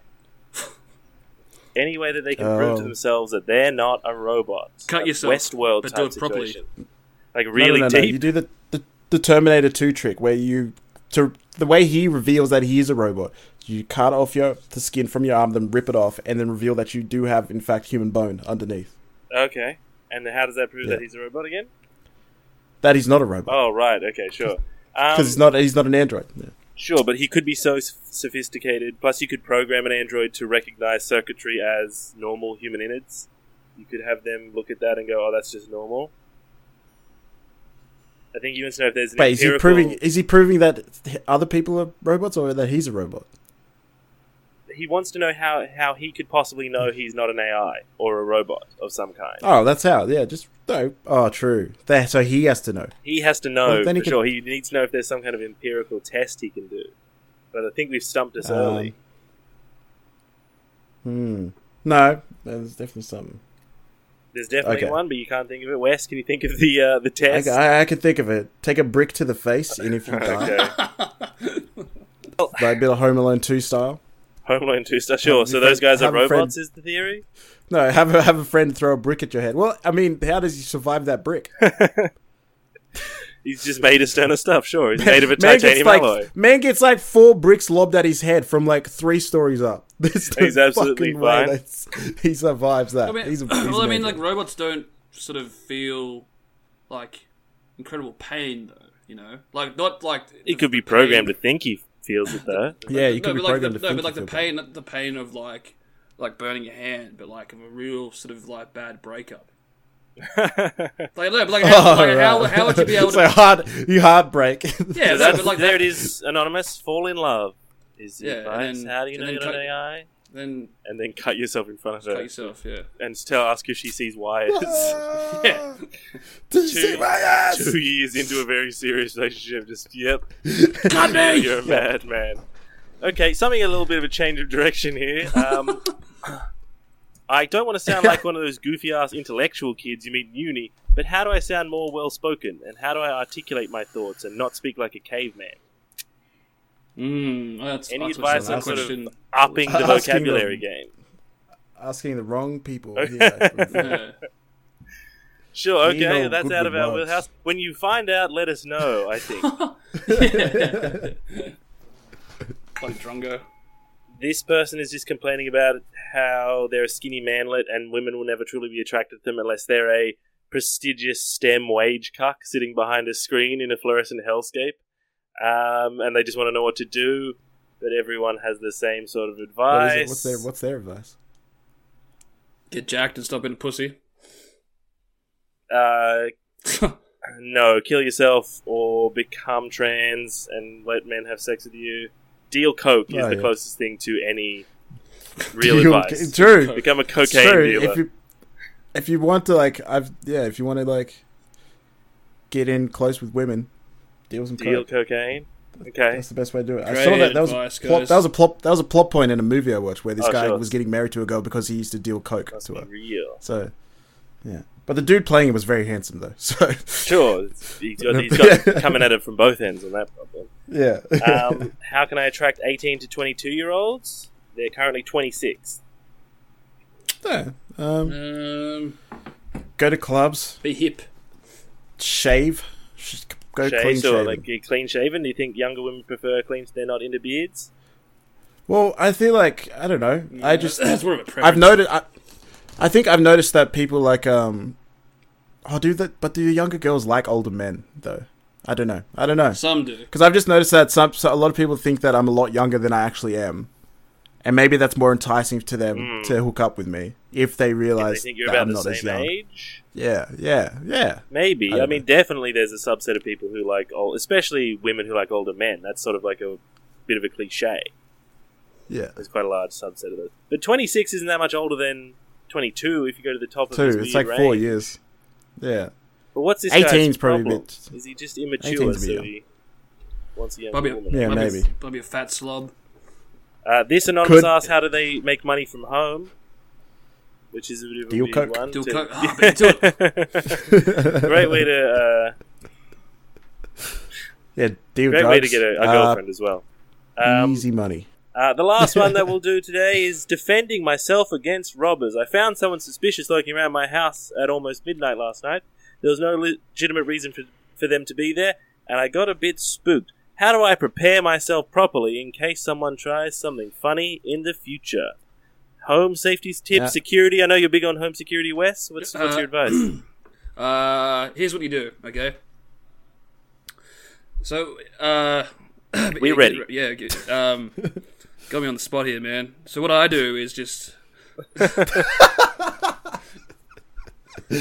Any way that they can prove to
Oh.
themselves that they're not a robot.
Cut
A
yourself,
Westworld
but do
type
it properly.
situation. Like
No, no,
really
no, no.
deep.
You do the, the the Terminator Two trick where you to the way he reveals that he is a robot. You cut off your the skin from your arm, then rip it off, and then reveal that you do have in fact human bone underneath.
Okay. And how does that prove that he's a robot again?
That he's not a robot
Oh, right. Okay, sure.
because
Um,
he's not he's not an android. Yeah.
sure, but he could be so s- sophisticated. Plus, you could program an android to recognize circuitry as normal human innards. You could have them look at that and go, "Oh, that's just normal." I think you want to know if there's an
Wait, is he
empirical-
proving is he proving that other people are robots or that he's a robot?
he wants to know how, how he could possibly know he's not an AI or a robot of some kind.
Oh, that's how. Yeah, just no. Oh, true. There, so he has to know.
He has to know
Well, then he
for
could-
sure. He needs to know if there's some kind of empirical test he can do. But I think we've stumped us early.
Um, hmm. No, there's definitely something.
There's definitely
okay.
one, but you can't think of it. Wes, can you think of the uh, the test?
I, *laughs* I, I can think of it. Take a brick to the face, and if you die,
Okay.
like a bit of Home Alone Two style.
Homeland 2 Star. Sure.
Have
So
a friend-
those guys are
have a friend-
robots, is the theory?
No, have a, have a friend throw a brick at your head. Well, I mean, how does he survive that
*laughs*
brick?
He's just made of sterner stuff,
*laughs*
sure. He's made of a titanium
like
alloy.
man gets like four bricks lobbed at his head from like three stories up. *laughs* There's no
He's absolutely
fucking way
fine.
that's- He survives that.
I mean,
he's a, he's
*clears throat* well, I
an
mean,
angel.
like robots don't sort of feel like incredible pain, though. You know, like not like the-
He could be
the
programmed to
pain-
think he feels it, though.
yeah, you
no,
could be
but like the,
programmed
no,
to think
but like
you
the
feel bad.
pain, the pain of like like burning your hand, but like of a real sort of like bad
*laughs*
breakup. Like, no, but like, how,
*laughs* Oh,
like how,
right.
how
*laughs*
would you be able to?
so hard you heartbreak? *laughs*
*laughs* yeah, no,
That's-
but like
there
that,
it is, Anonymous. Fall in love is the
Yeah, and
advice.
then-
How do you
and
know
then
you're not
cut-
an AI?
Then
And then cut yourself in front of
cut
her
yourself. Yeah.
and tell ask if she sees
*laughs*
wires. *laughs*
yeah.
*laughs* Yeah.
Oh, Did you see my ass?
Two years into a very serious relationship, just yep,
Cut me.
you're a bad man. Okay, something a little bit of a change of direction here.
*laughs*
Um, I don't want to sound like one of those goofy ass intellectual kids you meet in uni, but how do I sound more well spoken, and how do I articulate my thoughts and not speak like a caveman?
Mm, well, that's,
Any
that's
advice
a
on sort
question.
of upping
*laughs*
the
Asking
vocabulary
them.
game?
Asking the wrong
*laughs*
people. Yeah.
Yeah.
Sure,
We
okay,
know
that's
good
out of our
remarks.
wheelhouse. When you find out, let us know, I think.
like Drongo.
this person is just complaining about how they're a skinny manlet and women will never truly be attracted to them unless they're a prestigious STEM wage cuck sitting behind a screen in a fluorescent hellscape. Um, and they just want to know what to do, but everyone has the same sort of
What
advice.
is it? What's their What's their advice?
Get jacked and stop being a pussy.
uh, *laughs* no, kill yourself or become trans and let men have sex with you. Deal coke is
Oh,
the
yeah.
closest thing to
*laughs*
any real
Deal-
advice.
True.
Become a
It's
cocaine
true.
dealer.
If you If you want to like, I've yeah. If you want to like, get in close with women, deal with some
Deal
coke.
cocaine. Okay.
That's the best way to do it. I
Great
saw that. That was
advice,
a plot,
guys.
that was a plot. That was a plot point in a movie I watched where this
Oh,
guy
sure.
was getting married to a girl because he used to deal coke
Must
to
be
her.
real.
So, yeah, But the dude playing it was very handsome though. *laughs* So
Sure, it's- he's
*laughs*
got, he's got coming at it from both ends on that problem.
yeah,
Um, how can I attract 18 to 22 year olds? They're currently 26.
*laughs* yeah. Um,
Um,
go to clubs,
be hip.
shave, Sh- go clean
Shaved or
shaven.
like clean shaven? Do you think younger women prefer clean? They're not into beards.
Well, I feel like I don't know. I just
*laughs* that's more of a preference.
I've noticed. I, I think I've noticed that people like um. Oh, do that? But do the younger girls like older men though? I don't know. I don't know.
Some do.
Because I've just noticed that some so a lot of people think that I'm a lot younger than I actually am, and maybe that's more enticing to them to hook up with me if they
Hmm. They
realize
think you're
that
about
I'm
the
not as
same
young.
age.
Yeah, yeah, yeah.
Maybe.
I don't
I, mean, definitely there's a subset of people who like old, especially women who like older men. That's sort of like a bit of a cliche.
Yeah,
There's quite a large subset of those. But 26 isn't that much older than 22 if you go to the top of
two.
this
It's
weird
like four
range.
years. Yeah,
But what's this
18's
guy's
probably a
problem?
bit-
Is he just
18's a
immature?
bit
So
young.
he wants a young
Bobby,
woman.
Yeah,
Bobby,
maybe.
Bobby a fat slob.
Uh, this anonymous
Could-
asks, "How do they make money from home?" Which is a bit of a
Deal
weird
coke.
one.
Deal
to- *laughs*
coke. Ah, but you
*laughs*
do
great way to uh,
yeah. Deal
great
drugs.
way to get a, a
uh,
girlfriend as well. Um,
easy money.
Uh, the last
*laughs*
one that we'll do today is defending myself against robbers. I found someone suspicious lurking around my house at almost midnight last night. There was no legitimate reason for, for them to be there, and I got a bit spooked. How do I prepare myself properly in case someone tries something funny in the future? Home safety tips,
Yeah.
security. I know you're big on home security, Wes. What's, what's
Uh,
your advice?
it. uh, here's what you do, okay? So, uh,
We're
yeah,
ready.
get- Yeah, get-
*laughs*
um, got me on the spot here, man. So what I do is just,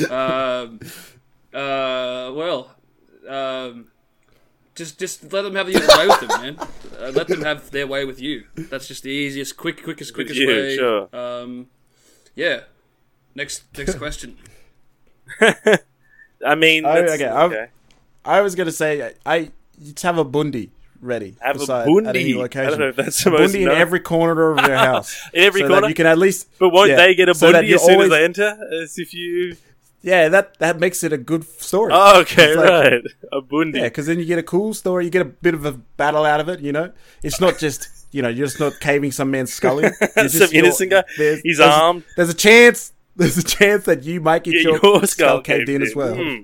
um, uh, well, um, just just let them have the way with them, man. Uh, let them have their way with you. That's just the easiest, quick, quickest, quickest
you,
way.
sure.
Um, yeah. Next, next question.
I mean,
Oh,
that's-
okay, I've- I was gonna say I, I just have a bundi ready.
Have a
beside-
bundi?
at any
I
location.
don't know if that's
a
the most
bundi in
known-
every corner of your house.
*laughs* In every
so
corner?
that you can at least.
but won't
yeah,
they get a
so that
booty
you
as soon
always-
as they enter? As if you.
Yeah, that that makes it a good story.
Oh, okay,
It's like-
right. A bundi.
Yeah, because then you get a cool story. You get a bit of a battle out of it. You know, it's not just you know you're just not caving some man's skull
*laughs*
in. You're
Some
just-
innocent
you're-
guy. He's armed.
There's a chance. *laughs* There's a chance that you might get
get
your,
your,
skull
skull
caved in as well.
Hmm.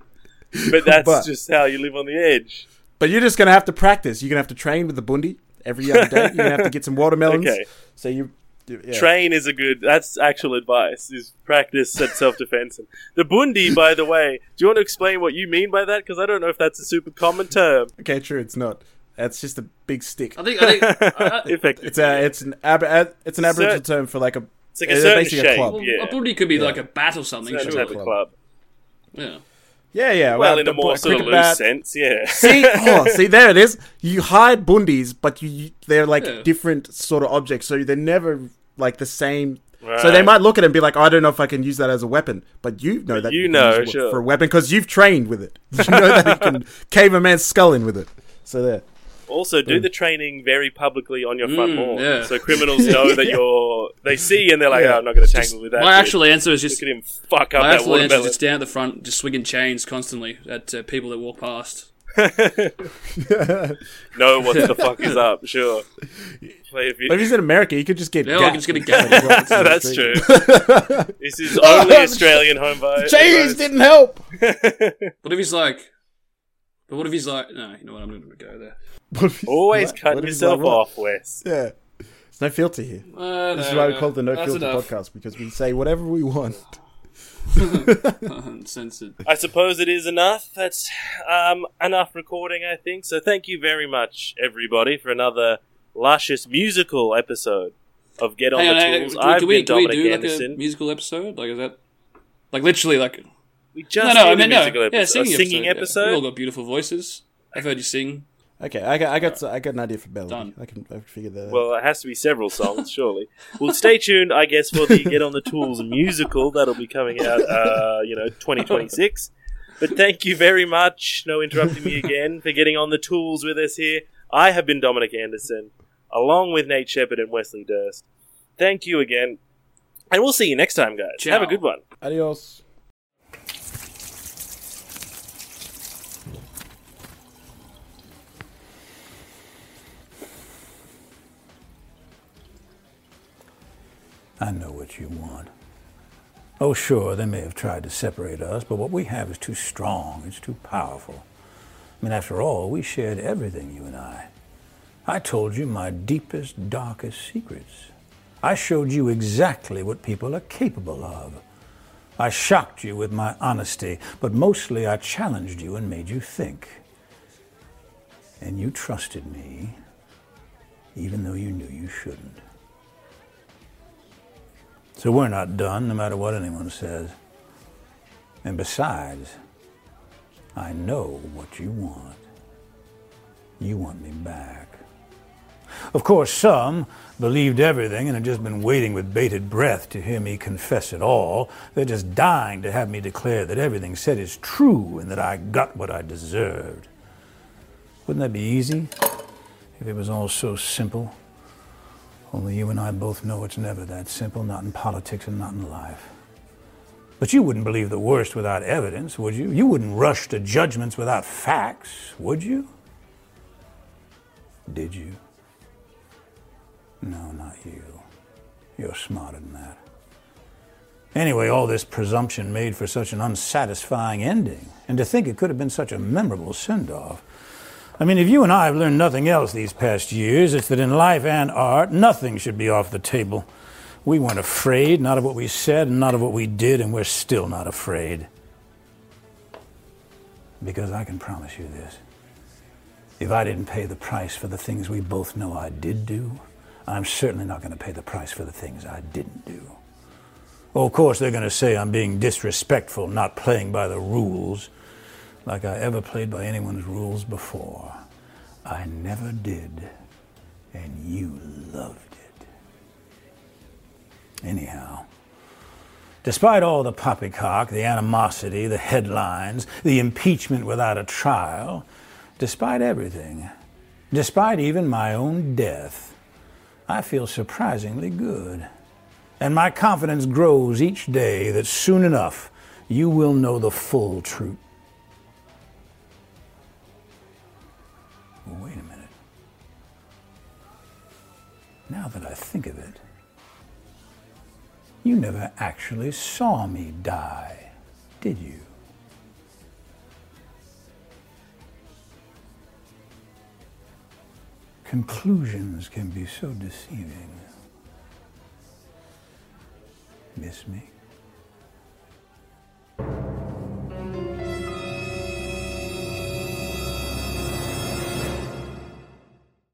But that's
But-
just how you live on the edge.
But you're just gonna have to practice. You're gonna have to train with the bundi every other day. You're gonna have to get some watermelons.
*laughs* Okay.
So you. you- Yeah.
Train is a good. That's actual advice. Is practice at self defense. The bundi, by the way. Do you want to explain what you mean by that? Because I don't know if that's a super common term.
Okay, true. It's not. That's just a big stick.
I think. I think. I, I,
Effective.
It's a. It's an. Ab- ab- it's an
Cer-
Aboriginal term for like a.
It's like a
it's
certain
basically
shape.
a club.
well,
*laughs* Yeah.
a bundi could be like a bat or something.
Certain
Sure.
type of
club.
club.
Yeah.
Yeah, yeah.
Well, in
the
a more
bo-
sort of
cricket
loose
bat.
sense, yeah.
See, oh, see, there it is. You hide bundies, but you, you they're like
Yeah.
different sort of objects, so they're never like the same. So
Right.
they might look at it and be like, "I don't know if I can use that as a weapon," but you know that
you
can
know,
use it
sure.
for a weapon because you've trained with it. *laughs* You know that you can cave a man's skull in with it. So there.
*laughs* Also, do the training very publicly on your front
Mm,
lawn,
yeah.
so criminals know that you're. They see and they're like,
Yeah.
"Oh, I'm not going to tangle with that."
My
dude.
actual answer is just.
look at him fuck up
My
that
actual answer is
watermelon.
just stand at the front, just swinging chains constantly at uh, people that walk past.
know what the fuck is up. Sure, play a
But if
video.
he's in America, you could just get.
Yeah,
gapped.
I'm just
*laughs*
gonna get.
*laughs* That's true. *laughs* Oh, this is only Australian *laughs* home buyer.
Jeez, didn't help.
what if he's like? But what if he's like? No, you know what? I'm not gonna go there.
Always
What-
cut
what if he's
yourself
like, what?
off, *laughs* Wes.
Yeah. There's no filter here.
Uh,
This is
no,
why we
no.
call it the No
That's
Filter
enough.
podcast because we say whatever we want.
*laughs* Censored.
I suppose it is enough. That's um, enough recording, I think. So thank you very much, everybody, for another luscious musical episode of Get on
Hang on,
the
hang on.
Tools.
Can,
I've
can we,
been
can we
Dominic
do like
Anderson.
a musical episode? Like is that? Like literally, like
we just
no, no,
did
I
a
mean no.
musical episode,
Yeah,
a
singing,
singing
Yeah.
episode.
We all got beautiful voices. I've heard you sing.
Okay, I got, I got, I got an idea for melody.
Done.
I can, I can figure that. out.
Well, it has to be several songs, surely. Well, stay tuned, I guess, for the Get on the Tools musical that'll be coming out, uh, you know, 2026. But thank you very much, no interrupting me again, for getting on the tools with us here. I have been Dominic Anderson, along with Nate Shepard and Wesley Durst. Thank you again, and we'll see you next time, guys. Have a
Ciao.
good one.
Adios.
I know what you want. Oh, sure, they may have tried to separate us, but what we have is too strong, it's too powerful. I mean, after all, we shared everything, you and I. I told you my deepest, darkest secrets. I showed you exactly what people are capable of. I shocked you with my honesty, but mostly I challenged you and made you think. And you trusted me, even though you knew you shouldn't. So we're not done, no matter what anyone says. And besides, I know what you want. You want me back. Of course, some believed everything and had just been waiting with bated breath to hear me confess it all. They're just dying to have me declare that everything said is true and that I got what I deserved. Wouldn't that be easy if it was all so simple? Only you and I both know it's never that simple, not in politics and not in life. But you wouldn't believe the worst without evidence, would you? You wouldn't rush to judgments without facts, would you? Did you? No, not you. You're smarter than that. Anyway, all this presumption made for such an unsatisfying ending, and to think it could have been such a memorable send off. I mean, if you and I have learned nothing else these past years, it's that in life and art, nothing should be off the table. We weren't afraid, not of what we said and not of what we did, and we're still not afraid. Because I can promise you this if I didn't pay the price for the things we both know I did do, I'm certainly not going to pay the price for the things I didn't do. Oh, of course, they're going to say I'm being disrespectful, not playing by the rules, like I ever played by anyone's rules before. I never did, and you loved it. Anyhow, despite all the poppycock, the animosity, the headlines, the impeachment without a trial, despite everything, despite even my own death, I feel surprisingly good. And my confidence grows each day that soon enough you will know the full truth. Well, wait a minute. Now that I think of it, you never actually saw me die, did you? Conclusions can be so deceiving. Miss me?